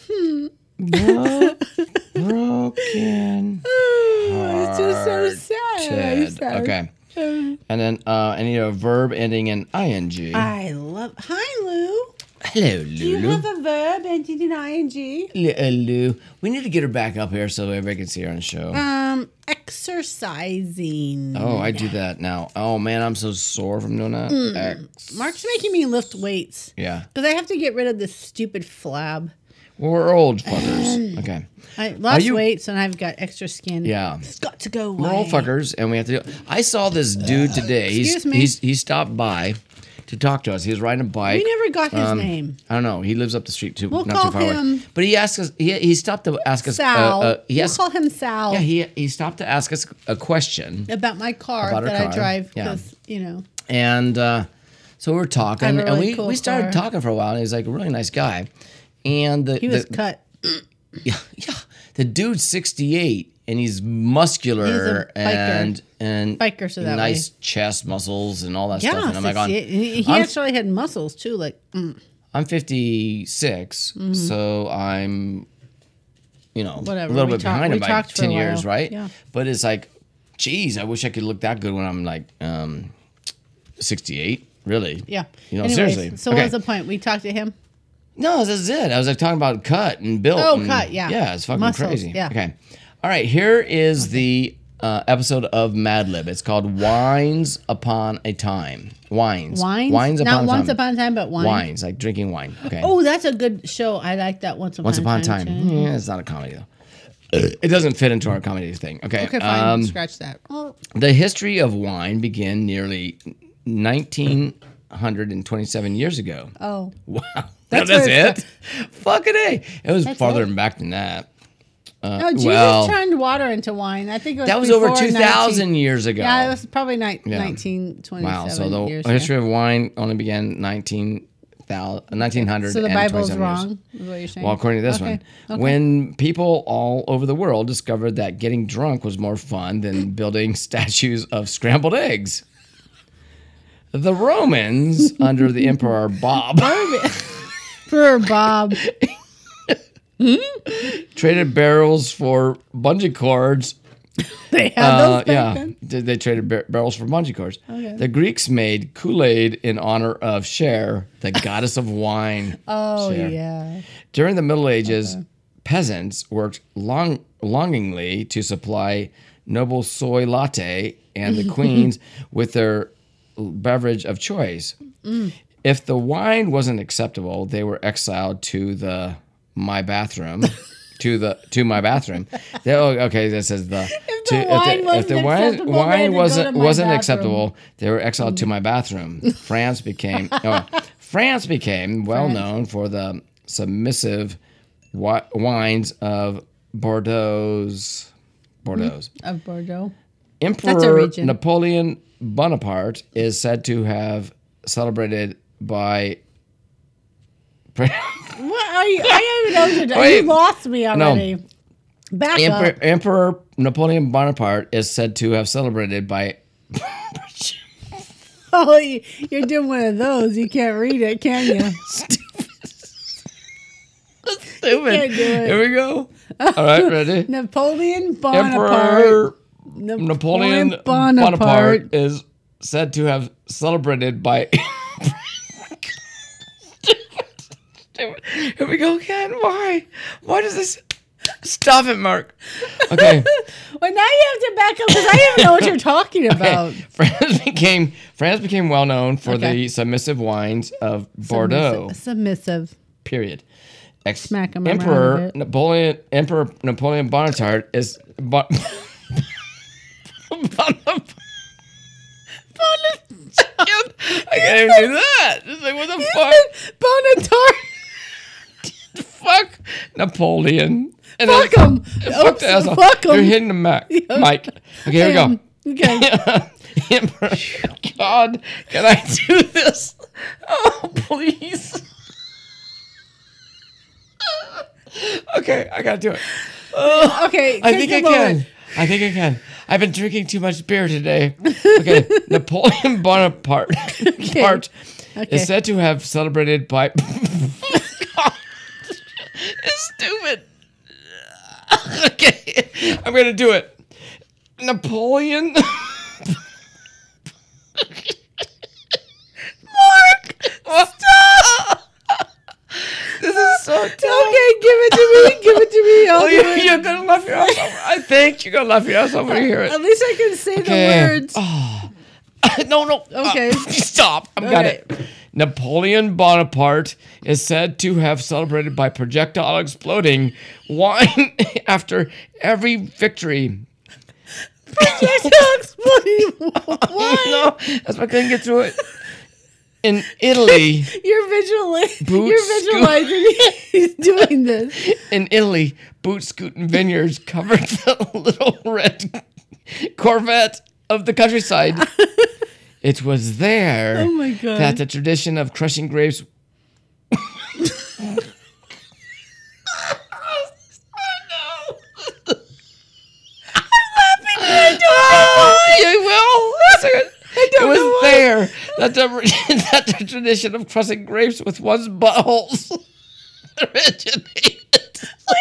S7: [laughs]
S6: Broken.
S7: It's just so sad. Oh, I'm sorry.
S6: Okay. And then uh, I need a verb ending in ing.
S7: I love. Hi, Lou.
S6: Hello,
S7: Do you
S6: Lulu.
S7: have a verb ending in ing?
S6: Hello, Lou. We need to get her back up here so everybody can see her on the show.
S7: Um, exercising.
S6: oh, I do that now. Oh man, I'm so sore from doing that.
S7: Hmm.
S6: Ex-
S7: Mark's making me lift weights
S6: yeah.
S7: because I have to get rid of this stupid flab.
S6: We're old
S7: Um,
S6: fuckers. okay.
S7: I lost
S6: you-
S7: weights and I've got extra skin.
S6: Yeah.
S7: it's got to go away.
S6: We're old fuckers, and we have to. Do, I saw this dude today. he's,
S7: Uh, excuse me.
S6: He's, he stopped by to talk to us. He was riding a bike.
S7: We never got his
S6: Um,
S7: name.
S6: I don't know. He lives up the street too.
S7: We'll
S6: not
S7: call
S6: too far Away.
S7: him-
S6: But he asked us. He, he stopped to ask us. uh,
S7: Sal.
S6: uh, he
S7: we'll
S6: asked-
S7: call him Sal
S6: yeah, he he stopped to ask us a question,
S7: about my car
S6: About her
S7: that I
S6: car.
S7: drive
S6: Yeah.
S7: because you know
S6: and uh, So we were talking,
S7: a
S6: and
S7: really
S6: we,
S7: cool
S6: we started
S7: car.
S6: talking for a while. And he was like a really nice guy, and the
S7: He was
S6: the,
S7: cut.
S6: yeah, [laughs] yeah. The dude's 68 and he's muscular
S7: He's a biker.
S6: and and
S7: Biker, so that
S6: nice chest muscles and all that
S7: Yeah,
S6: stuff. And I'm like, "Oh,
S7: 68. he, he
S6: I'm,
S7: actually had muscles too. Like, mm,
S6: I'm 56,
S7: Mm-hmm.
S6: so I'm, you know,
S7: Whatever,
S6: a little
S7: we
S6: bit
S7: talk-
S6: behind
S7: we
S6: him by
S7: talked for a
S6: 10 years,
S7: while.
S6: right?
S7: Yeah.
S6: But it's like, geez, I wish I could look that good when I'm like um, 68. Really?
S7: yeah.
S6: You know,
S7: Anyways,
S6: seriously.
S7: So
S6: Okay.
S7: what was the point? We talked to him.
S6: No, this is it. I was like talking about cut and built.
S7: Oh,
S6: and-
S7: cut, yeah.
S6: Yeah, it's fucking
S7: Muscles,
S6: crazy.
S7: yeah.
S6: Okay. All right. Here is the uh, episode of Mad Lib. It's called Wines Upon a Time. Wines.
S7: Wines.
S6: Wines upon
S7: Not
S6: a
S7: once
S6: time.
S7: upon a time, but wine.
S6: Wines, like drinking wine. Okay.
S7: Oh, that's a good show. I like that once upon
S6: Once
S7: a
S6: upon a
S7: time.
S6: time. Mm.
S7: too.
S6: Yeah, it's not a comedy though. It doesn't fit into our comedy thing. Okay.
S7: Okay, fine.
S6: um,
S7: Scratch that.
S6: the history of wine began nearly 1927 years ago. [laughs]
S7: Oh,
S6: Wow.
S7: That's
S6: That's,
S7: where
S6: it? Fucking A. It was farther
S7: it.
S6: than back than that.
S7: no, Jesus
S6: well-
S7: turned water into wine. I think it was
S6: That was over
S7: before
S6: 2,000
S7: 19
S6: years ago.
S7: Yeah, it was probably ni-
S6: Yeah.
S7: 1927
S6: wow. So the
S7: years ago.
S6: history of wine only began 19, 1900.
S7: So the
S6: and
S7: Bible's
S6: 27 years.
S7: wrong. Is what you're saying?
S6: Well, according to this
S7: Okay,
S6: one,
S7: okay.
S6: when people all over the world discovered that getting drunk was more fun
S7: [laughs]
S6: than building statues of scrambled eggs, the Romans, under the Emperor
S7: [laughs]
S6: Bob, [laughs]
S7: for Bob,
S6: traded barrels for bungee cords
S7: they had
S6: Uh,
S7: those back
S6: yeah,
S7: then.
S6: They- they traded bar- barrels for bungee cords.
S7: Okay.
S6: The Greeks made Kool Aid in honor of Cher,
S7: [laughs]
S6: the goddess of wine.
S7: Oh
S6: Cher.
S7: yeah.
S6: During the Middle Ages, peasants worked long longingly to supply noble soy latte and the queens with their beverage of choice.
S7: Mm.
S6: If the wine wasn't acceptable, they were exiled to the my
S7: [laughs]
S6: bathroom. To the to my bathroom. They- oh, okay, this is the.
S7: the wine wasn't acceptable, they had to go to
S6: wasn't wasn't
S7: my bathroom.
S6: acceptable, they were exiled to my bathroom.
S7: [laughs]
S6: France became oh, France became well known for the submissive wi- wines of Bordeaux's Bordeaux's
S7: Of Bordeaux.
S6: Emperor
S7: region.
S6: Napoleon Bonaparte is said to have celebrated by [laughs]
S7: What are you? I don't even know. What you're,
S6: Wait.
S7: you lost me already. Back
S6: Emperor,
S7: up.
S6: Emperor Napoleon Bonaparte is said to have celebrated by
S7: Oh, you- you're doing one of those. You can't read it, can
S6: [laughs]
S7: you?
S6: stupid.
S7: can't do it.
S6: Here we
S7: [laughs]
S6: go. All right, ready?
S7: Napoleon Bonaparte.
S6: Emperor
S7: Nap-
S6: Napoleon Bonaparte. is said to have celebrated by. [laughs] Here we go again. Why? Why does this? Stop it, Mark.
S7: [laughs]
S6: Okay.
S7: Well, now you have to back up because I don't even know what you're
S6: [laughs]
S7: talking about.
S6: France became France became well known for
S7: Okay.
S6: the submissive wines of Bordeaux.
S7: Submissive.
S6: Period. Ex-
S7: Smack 'em around a
S6: Emperor
S7: bit.
S6: Napoleon Emperor Napoleon Bonaparte is. [laughs] Bon- Bonaparte. I can't even do that. It's like what the fuck?
S7: Bonaparte.
S6: Fuck Napoleon. And
S7: Fuck
S6: then-
S7: 'em.
S6: Fuck the
S7: Oops,
S6: asshole.
S7: fuck 'em.
S6: You're hitting the
S7: [laughs]
S6: mic. Mike. Okay, here we go.
S7: Um,
S6: [laughs]
S7: Okay.
S6: Emperor. God, can I do this? Oh, please. [laughs] okay, I gotta do it.
S7: Okay.
S6: I
S7: take
S6: think I
S7: a moment.
S6: can. I think I can. I've been drinking too much beer today. Okay, Napoleon Bonaparte part
S7: Okay.
S6: is said to have celebrated by. [laughs] God, it's stupid. [laughs] okay, I'm gonna do it. Napoleon. [laughs] Mark, stop. This is so dumb.
S7: Okay, give it to me. Give it to me.
S6: [laughs]
S7: I'll
S6: Oh,
S7: do it.
S6: you, are gonna laugh your ass off. I think you're gonna laugh your ass off when you hear
S7: At
S6: it.
S7: least I can say
S6: Okay. Oh.
S7: the
S6: [laughs]
S7: words.
S6: no, no. uh, [laughs]
S7: [laughs] Okay.
S6: stop. I've got
S7: Okay.
S6: it. Napoleon Bonaparte is said to have celebrated by projectile exploding wine [laughs] after every victory. [laughs] No, that's why I couldn't get through it. In
S7: [laughs]
S6: Italy,
S7: You're visualizing.
S6: Boots,
S7: You're visualizing. [laughs] He's doing this.
S6: in Italy, boot scooting vineyards covered [laughs]
S7: [laughs]
S6: the little red Corvette of the countryside. It was there
S7: Oh my God.
S6: that the tradition of crushing grapes. [laughs] You will. it was there that the, [laughs] that the tradition of crushing grapes with one's buttholes [laughs] originated.
S7: Wait,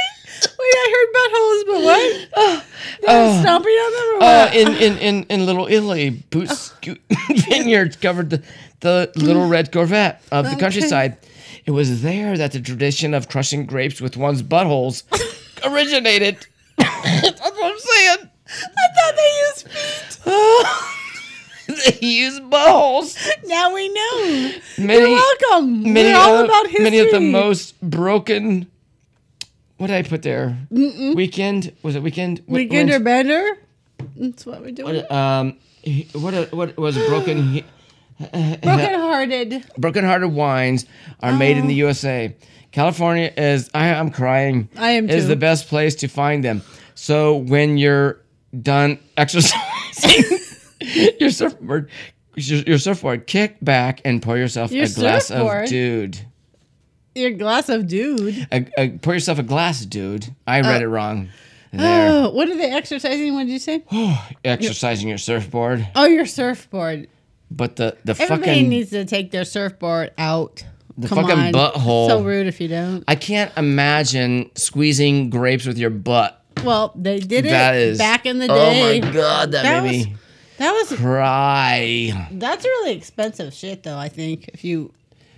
S7: I heard buttholes, but what? They're stomping on them or
S6: Uh,
S7: what?
S6: in, in, in, in Little Italy,
S7: Oh.
S6: Boots [laughs] Vineyard covered the, the little red Corvette of the countryside. It was there that the tradition of crushing grapes with one's
S7: [laughs]
S6: buttholes originated. [coughs] That's what I'm saying. I thought they used feet. [laughs] they used buttholes.
S7: now we know.
S6: Many,
S7: You're welcome.
S6: Many,
S7: We're all
S6: of-
S7: about history.
S6: many of the most broken. What did I put there? Weekend was it weekend? Wi-
S7: weekend
S6: wins-
S7: or better. That's what we're doing.
S6: um, he- what a, what was it? broken he-
S7: Broken hearted.
S6: broken-hearted wines are made in the
S7: Oh.
S6: USA. California is I, I'm crying.
S7: I am
S6: is
S7: too.
S6: the best place to find them. So when you're done
S7: [laughs]
S6: exercising, your surfboard, your, your surfboard, kick back and pour yourself
S7: Your
S6: a glass
S7: surfboard?
S6: of dude.
S7: Your glass of dude.
S6: A, a, pour yourself a glass, dude. I read it wrong. There,
S7: Uh, Oh, what are they exercising? What did you say?
S6: exercising your surfboard,
S7: Oh, your surfboard.
S6: but the the
S7: Everybody
S6: fucking
S7: neads to take their surfboard out. The
S6: fucking butthole.
S7: So rude if you don't.
S6: I can't imagine squeezing grapes with your butt.
S7: Well, they did it
S6: That is
S7: back in the
S6: Oh
S7: day.
S6: my god, that,
S7: That
S6: made
S7: was-
S6: me
S7: That was
S6: cry.
S7: that's really expensive shit though, I think. If you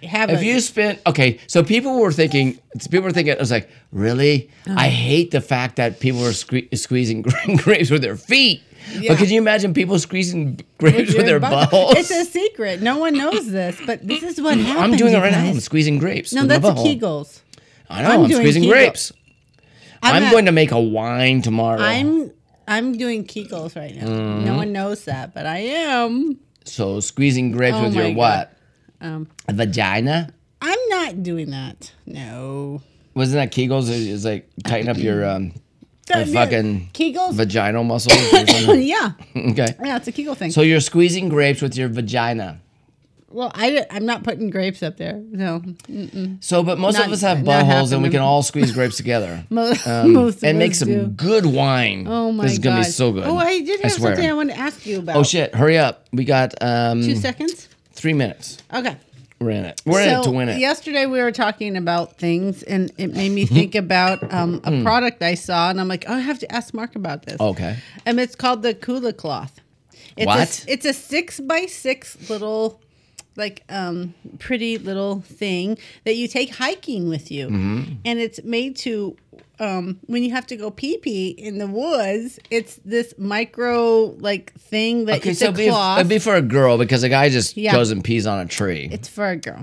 S7: have
S6: If
S7: a, [laughs]
S6: you spent okay, so people were thinking, people were thinking, I was like, really?
S7: Uh-huh.
S6: I hate the fact that people were sque- squeezing [laughs] grapes with their feet.
S7: Yeah.
S6: But could you imagine people squeezing grapes with their
S7: butt-
S6: buttholes?
S7: It's a secret. No one knows this, but this is what happens.
S6: I'm doing it
S7: you
S6: right now. I'm
S7: guys.
S6: squeezing grapes.
S7: No,
S6: with my
S7: that's a
S6: butthole.
S7: Kegels.
S6: I know.
S7: I'm
S6: I'm,
S7: doing
S6: squeezing
S7: Kegel.
S6: grapes. I'm,
S7: not-
S6: going to make a wine tomorrow.
S7: I'm I'm doing Kegels right now.
S6: Mm.
S7: No one knows that, but I am.
S6: so squeezing grapes
S7: Oh
S6: with
S7: my
S6: your
S7: God.
S6: what?
S7: Um,
S6: A vagina?
S7: I'm not doing that. No.
S6: Wasn't that Kegels? It- It's like tighten up your um, your
S7: That-
S6: fucking
S7: Kegels.
S6: vaginal muscles. Or something.
S7: [laughs] yeah,
S6: okay.
S7: yeah, it's a Kegel thing.
S6: So you're squeezing grapes with your vagina.
S7: well, I am not putting grapes up there. No,
S6: So, but most
S7: Not-
S6: of us have
S7: not
S6: buttholes, and we
S7: happening.
S6: can all squeeze grapes together
S7: [laughs] Mo-
S6: Um,
S7: [laughs] most of
S6: and make
S7: us
S6: some
S7: do.
S6: good wine.
S7: Oh my god,
S6: This is gonna be so good.
S7: Oh, I did have
S6: swear.
S7: something I wanted to ask you about.
S6: Oh shit! Hurry up. We got um,
S7: Two seconds.
S6: three minutes.
S7: Okay.
S6: We're in it. We're in it to win it.
S7: Yesterday we were talking about things, and it made me
S6: [laughs]
S7: think about um, a product I saw, and I'm like, oh, I have to ask Mark about this.
S6: Mm. Okay.
S7: And it's called the Kula cloth. It's
S6: What?
S7: A, it's a six by six little, like, um, pretty little thing that you take hiking with you,
S6: Mm-hmm.
S7: and it's made to. Um, when you have to go pee pee in the woods, it's this micro like thing that
S6: Okay,
S7: it's
S6: so uh,
S7: a
S6: it'd be,
S7: cloth.
S6: it'd be for a girl because a guy just
S7: Yeah.
S6: goes and pees on a tree.
S7: it's for a girl.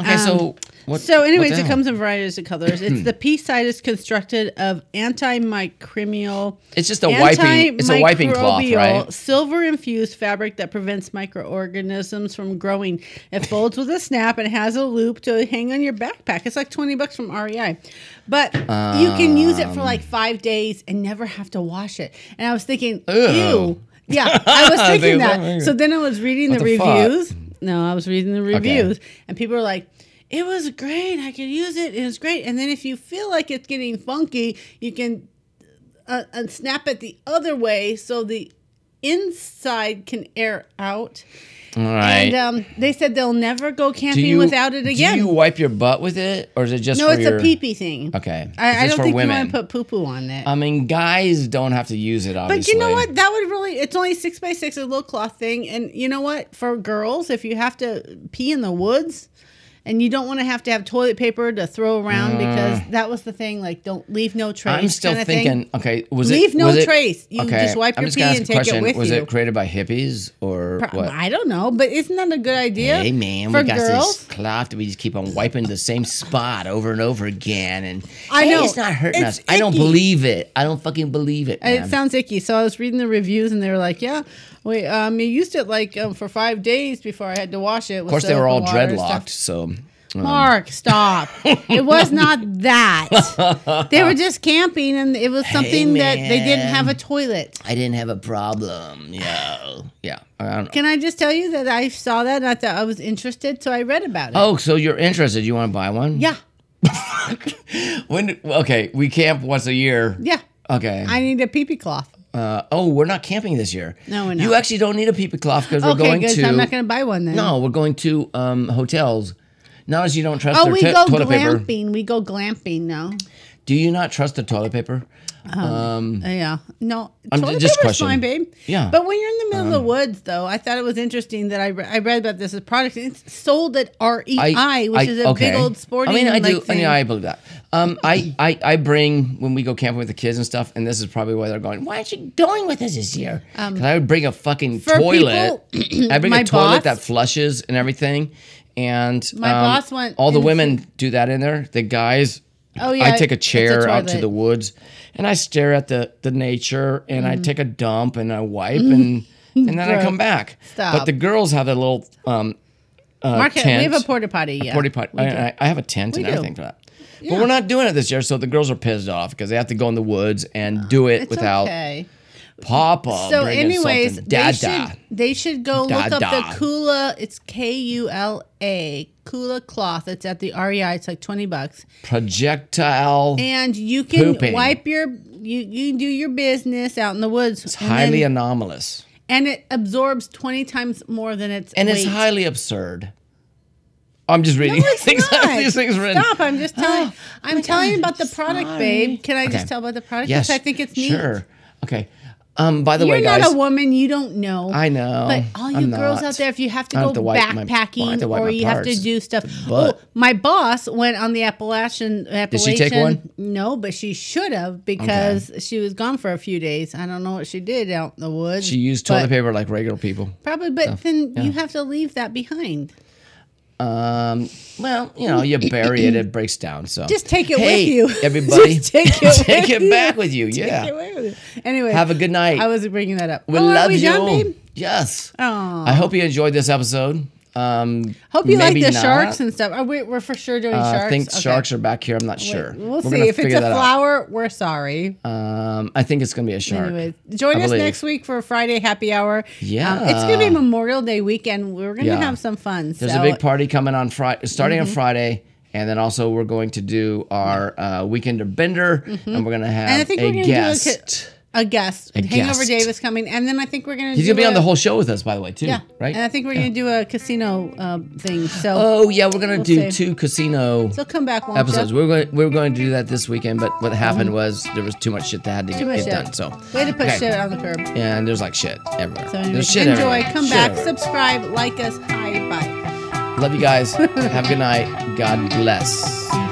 S6: okay, so what?
S7: Um, So,
S6: what
S7: anyways,
S6: the
S7: it
S6: hell? Hmm.
S7: comes in varieties of colors. It's the pea side is constructed of antimicrobial.
S6: It's just a wiping. It's a wiping cloth,
S7: antimicrobial
S6: right?
S7: Silver infused fabric that prevents microorganisms from growing. It folds with a snap and has a loop to hang on your backpack. It's like twenty bucks from REI, but you can use it for like five days and never have to wash it. And I was thinking, ew. Yeah, I
S6: [laughs]
S7: was thinking
S6: Dude,
S7: that. So then I was reading the,
S6: the fuck?
S7: reviews. No, I was reading the reviews, and people were like, "It was great. I could use it. It was great." And then if you feel like it's getting funky, you can uh, uh, snap it the other way so the inside can air out.
S6: All right.
S7: And um, they said they'll never go
S6: Do
S7: camping
S6: you-
S7: without it again.
S6: Do you wipe your butt with it, or is it just
S7: no,
S6: for
S7: it's
S6: your,
S7: a pee pee thing.
S6: Okay, It's
S7: I, I
S6: just
S7: don't
S6: for
S7: think
S6: women.
S7: you want to put poo poo on it.
S6: I mean, guys don't have to use it,
S7: But
S6: obviously.
S7: you know what? That would really, it's only six by six, a little cloth thing. And you know what? For girls, if you have to pee in the woods and you don't want to have to have toilet paper to throw around because that was the thing, like don't leave no trace.
S6: Mm. I'm still
S7: kinda thing.
S6: thinking. Okay, was it?
S7: Leave no
S6: was it-
S7: trace. You just wipe
S6: I'm
S7: your
S6: just gonna ask
S7: pee and
S6: a
S7: take it
S6: question.
S7: with
S6: Was
S7: you.
S6: it created by hippies or
S7: Pro-
S6: what?
S7: I don't know, but isn't that a good idea?
S6: Hey man,
S7: for
S6: we got
S7: girls.
S6: this cloth that we just keep on wiping the same spot over and over again, and
S7: I
S6: hey,
S7: know.
S6: it's not hurting
S7: It's
S6: us. I don't
S7: icky.
S6: believe it. I don't fucking believe it.
S7: And
S6: Man.
S7: It sounds icky. So I was reading the reviews, and they were like, "Yeah, we um, you used it like um, for five days before I had to wash it."
S6: of course, they were all dreadlocked, so
S7: Mark, stop. it was not
S6: [laughs]
S7: that. They were just camping and it was something that they didn't have a toilet.
S6: I didn't have a problem. Yeah. Yeah. I don't know.
S7: Can I just tell you that I saw that and I thought I was interested, so I read about it.
S6: Oh, so you're interested. You want to buy one?
S7: Yeah.
S6: When okay, we camp once a year.
S7: Yeah.
S6: Okay.
S7: I need a pee pee cloth.
S6: uh, oh, we're not camping this year.
S7: No, we're
S6: You
S7: not.
S6: actually don't need a peepee cloth because we're
S7: okay,
S6: going
S7: good.
S6: to.
S7: so I'm not going to buy one then.
S6: no, we're going to um, hotels. Not as you don't trust
S7: Oh,
S6: their
S7: we
S6: to-
S7: go
S6: toilet
S7: glamping.
S6: paper.
S7: We go glamping now.
S6: Do you not trust the toilet paper? Um,
S7: Uh, Yeah. No,
S6: I'm
S7: toilet
S6: just
S7: paper's
S6: questioning.
S7: fine, babe.
S6: Yeah. Um,
S7: But when you're in the middle of the woods, though, I thought it was interesting that I, re- I read about this product. It's sold at REI, which is a
S6: okay.
S7: big old sporting.
S6: I mean, I
S7: like,
S6: do. I,
S7: Thing.
S6: mean, I believe that. Um, I, I, I bring when we go camping with the kids and stuff, and this is probably why they're going. Why aren't you going with us this year? Because I would bring a fucking
S7: Um, for [clears throat]
S6: toilet.
S7: people-
S6: I bring
S7: my
S6: a toilet
S7: boss-
S6: that flushes and everything. And
S7: My
S6: um,
S7: boss went
S6: All the
S7: in-
S6: women do that in there. The guys.
S7: Oh, yeah,
S6: I take a
S7: it's a
S6: chair out to
S7: toilet.
S6: the woods, and I stare at the the nature, and I take a dump, and I
S7: [laughs]
S6: wipe, and and then I
S7: Mm-hmm. Gross.
S6: come back. But
S7: Stop.
S6: the girls have a little um,
S7: Mark, we
S6: tent.
S7: have a porta potty. Yeah.
S6: Porta potty. I, I- I have a tent and
S7: do.
S6: everything for that. But we're not doing it this year, so the girls are pissed off because they have to go in the woods and do it
S7: It's
S6: without
S7: okay.
S6: Papa.
S7: So,
S6: bringing
S7: anyways,
S6: something.
S7: they
S6: Dada.
S7: should, they should go look up
S6: Da-da.
S7: the Kula. It's K U L A Kula cloth. It's at the REI. It's like twenty bucks,
S6: projectile.
S7: and you can
S6: Pooping.
S7: wipe your you you can do your business out in the woods.
S6: It's highly anomalous
S7: and it absorbs twenty times more than its
S6: and it's
S7: weight.
S6: highly absurd. I'm just reading [laughs]
S7: No, it's
S6: things.
S7: not.
S6: These things written.
S7: Stop! I'm just
S6: [gasps]
S7: telling.
S6: Oh,
S7: I'm
S6: my
S7: telling you
S6: God,
S7: about the product,
S6: sorry.
S7: babe. Can I
S6: Okay.
S7: just tell about the product?
S6: Yes,
S7: I think it's neat.
S6: Sure. Okay. Um. By the
S7: You're
S6: way,
S7: not
S6: guys,
S7: a woman. You don't know.
S6: I know.
S7: But all you
S6: I'm
S7: girls
S6: not.
S7: out there, if you have to
S6: I
S7: go
S6: have to wipe my- I have
S7: backpacking
S6: to wipe
S7: or
S6: my
S7: you have to
S6: parts.
S7: do stuff,
S6: But-
S7: oh, my boss went on the Appalachian. Appalachian
S6: she take one?
S7: No, but she should have because she was gone for a few days. I don't know what she did out in the woods.
S6: she used toilet
S7: but-
S6: paper like regular people.
S7: Probably, but then you have to leave that behind. [laughs]
S6: Um, well, you
S7: [clears throat]
S6: know, you bury it, it breaks down. So
S7: Just take it
S6: Hey,
S7: with you, [laughs]
S6: everybody. [laughs]
S7: Just take it,
S6: Take
S7: with
S6: it
S7: you.
S6: back with you.
S7: Take
S6: Yeah.
S7: it with you. Anyway,
S6: Have a good night.
S7: I was bringing that up.
S6: we
S7: Oh, are
S6: love
S7: we
S6: you.
S7: Done, babe?
S6: Yes.
S7: Aw.
S6: I hope you enjoyed this episode. Um,
S7: Hope you like
S6: maybe
S7: the
S6: not.
S7: sharks and stuff. Are we, we're for sure doing
S6: Uh,
S7: sharks.
S6: I think
S7: Okay.
S6: sharks are back here. I'm not
S7: Wait,
S6: sure.
S7: We'll
S6: We're
S7: see.
S6: gonna
S7: If it's
S6: figure
S7: a
S6: that out.
S7: flower, we're sorry.
S6: Um, I think it's gonna be a shark.
S7: Anyways, join
S6: I
S7: us
S6: believe.
S7: next week for Friday happy hour. Um,
S6: Yeah.
S7: it's gonna be Memorial Day weekend. We're gonna
S6: Yeah.
S7: have some fun.
S6: There's
S7: so
S6: a big party coming on Friday, starting
S7: Mm-hmm.
S6: on Friday, and then also we're going to do our uh, weekender bender, and we're gonna have
S7: Mm-hmm. And I think
S6: a
S7: we're gonna do a
S6: guest.
S7: a guest. Hangover
S6: guest.
S7: Davis coming, and then I think we're gonna.
S6: He's
S7: do
S6: gonna be on
S7: a-
S6: the whole show with us, by the way, too.
S7: Yeah,
S6: Right.
S7: And I think we're gonna do a casino uh, thing. So
S6: Oh yeah, we're gonna
S7: We'll
S6: do
S7: see.
S6: two casino
S7: so come back. won't ya?
S6: episodes. We were going, we were going to do that this weekend, but what happened was there was too much shit that had to
S7: Mm-hmm. Too
S6: get,
S7: much
S6: get
S7: shit.
S6: done. So
S7: Way to put
S6: okay.
S7: shit on the curb.
S6: And there's like shit everywhere.
S7: So
S6: there's
S7: anyways,
S6: shit
S7: enjoy.
S6: everywhere.
S7: Come
S6: Shit
S7: back.
S6: everywhere.
S7: Subscribe. Like us. Hi. Bye. [laughs]
S6: Love you guys. Have a good night. God bless. Oh,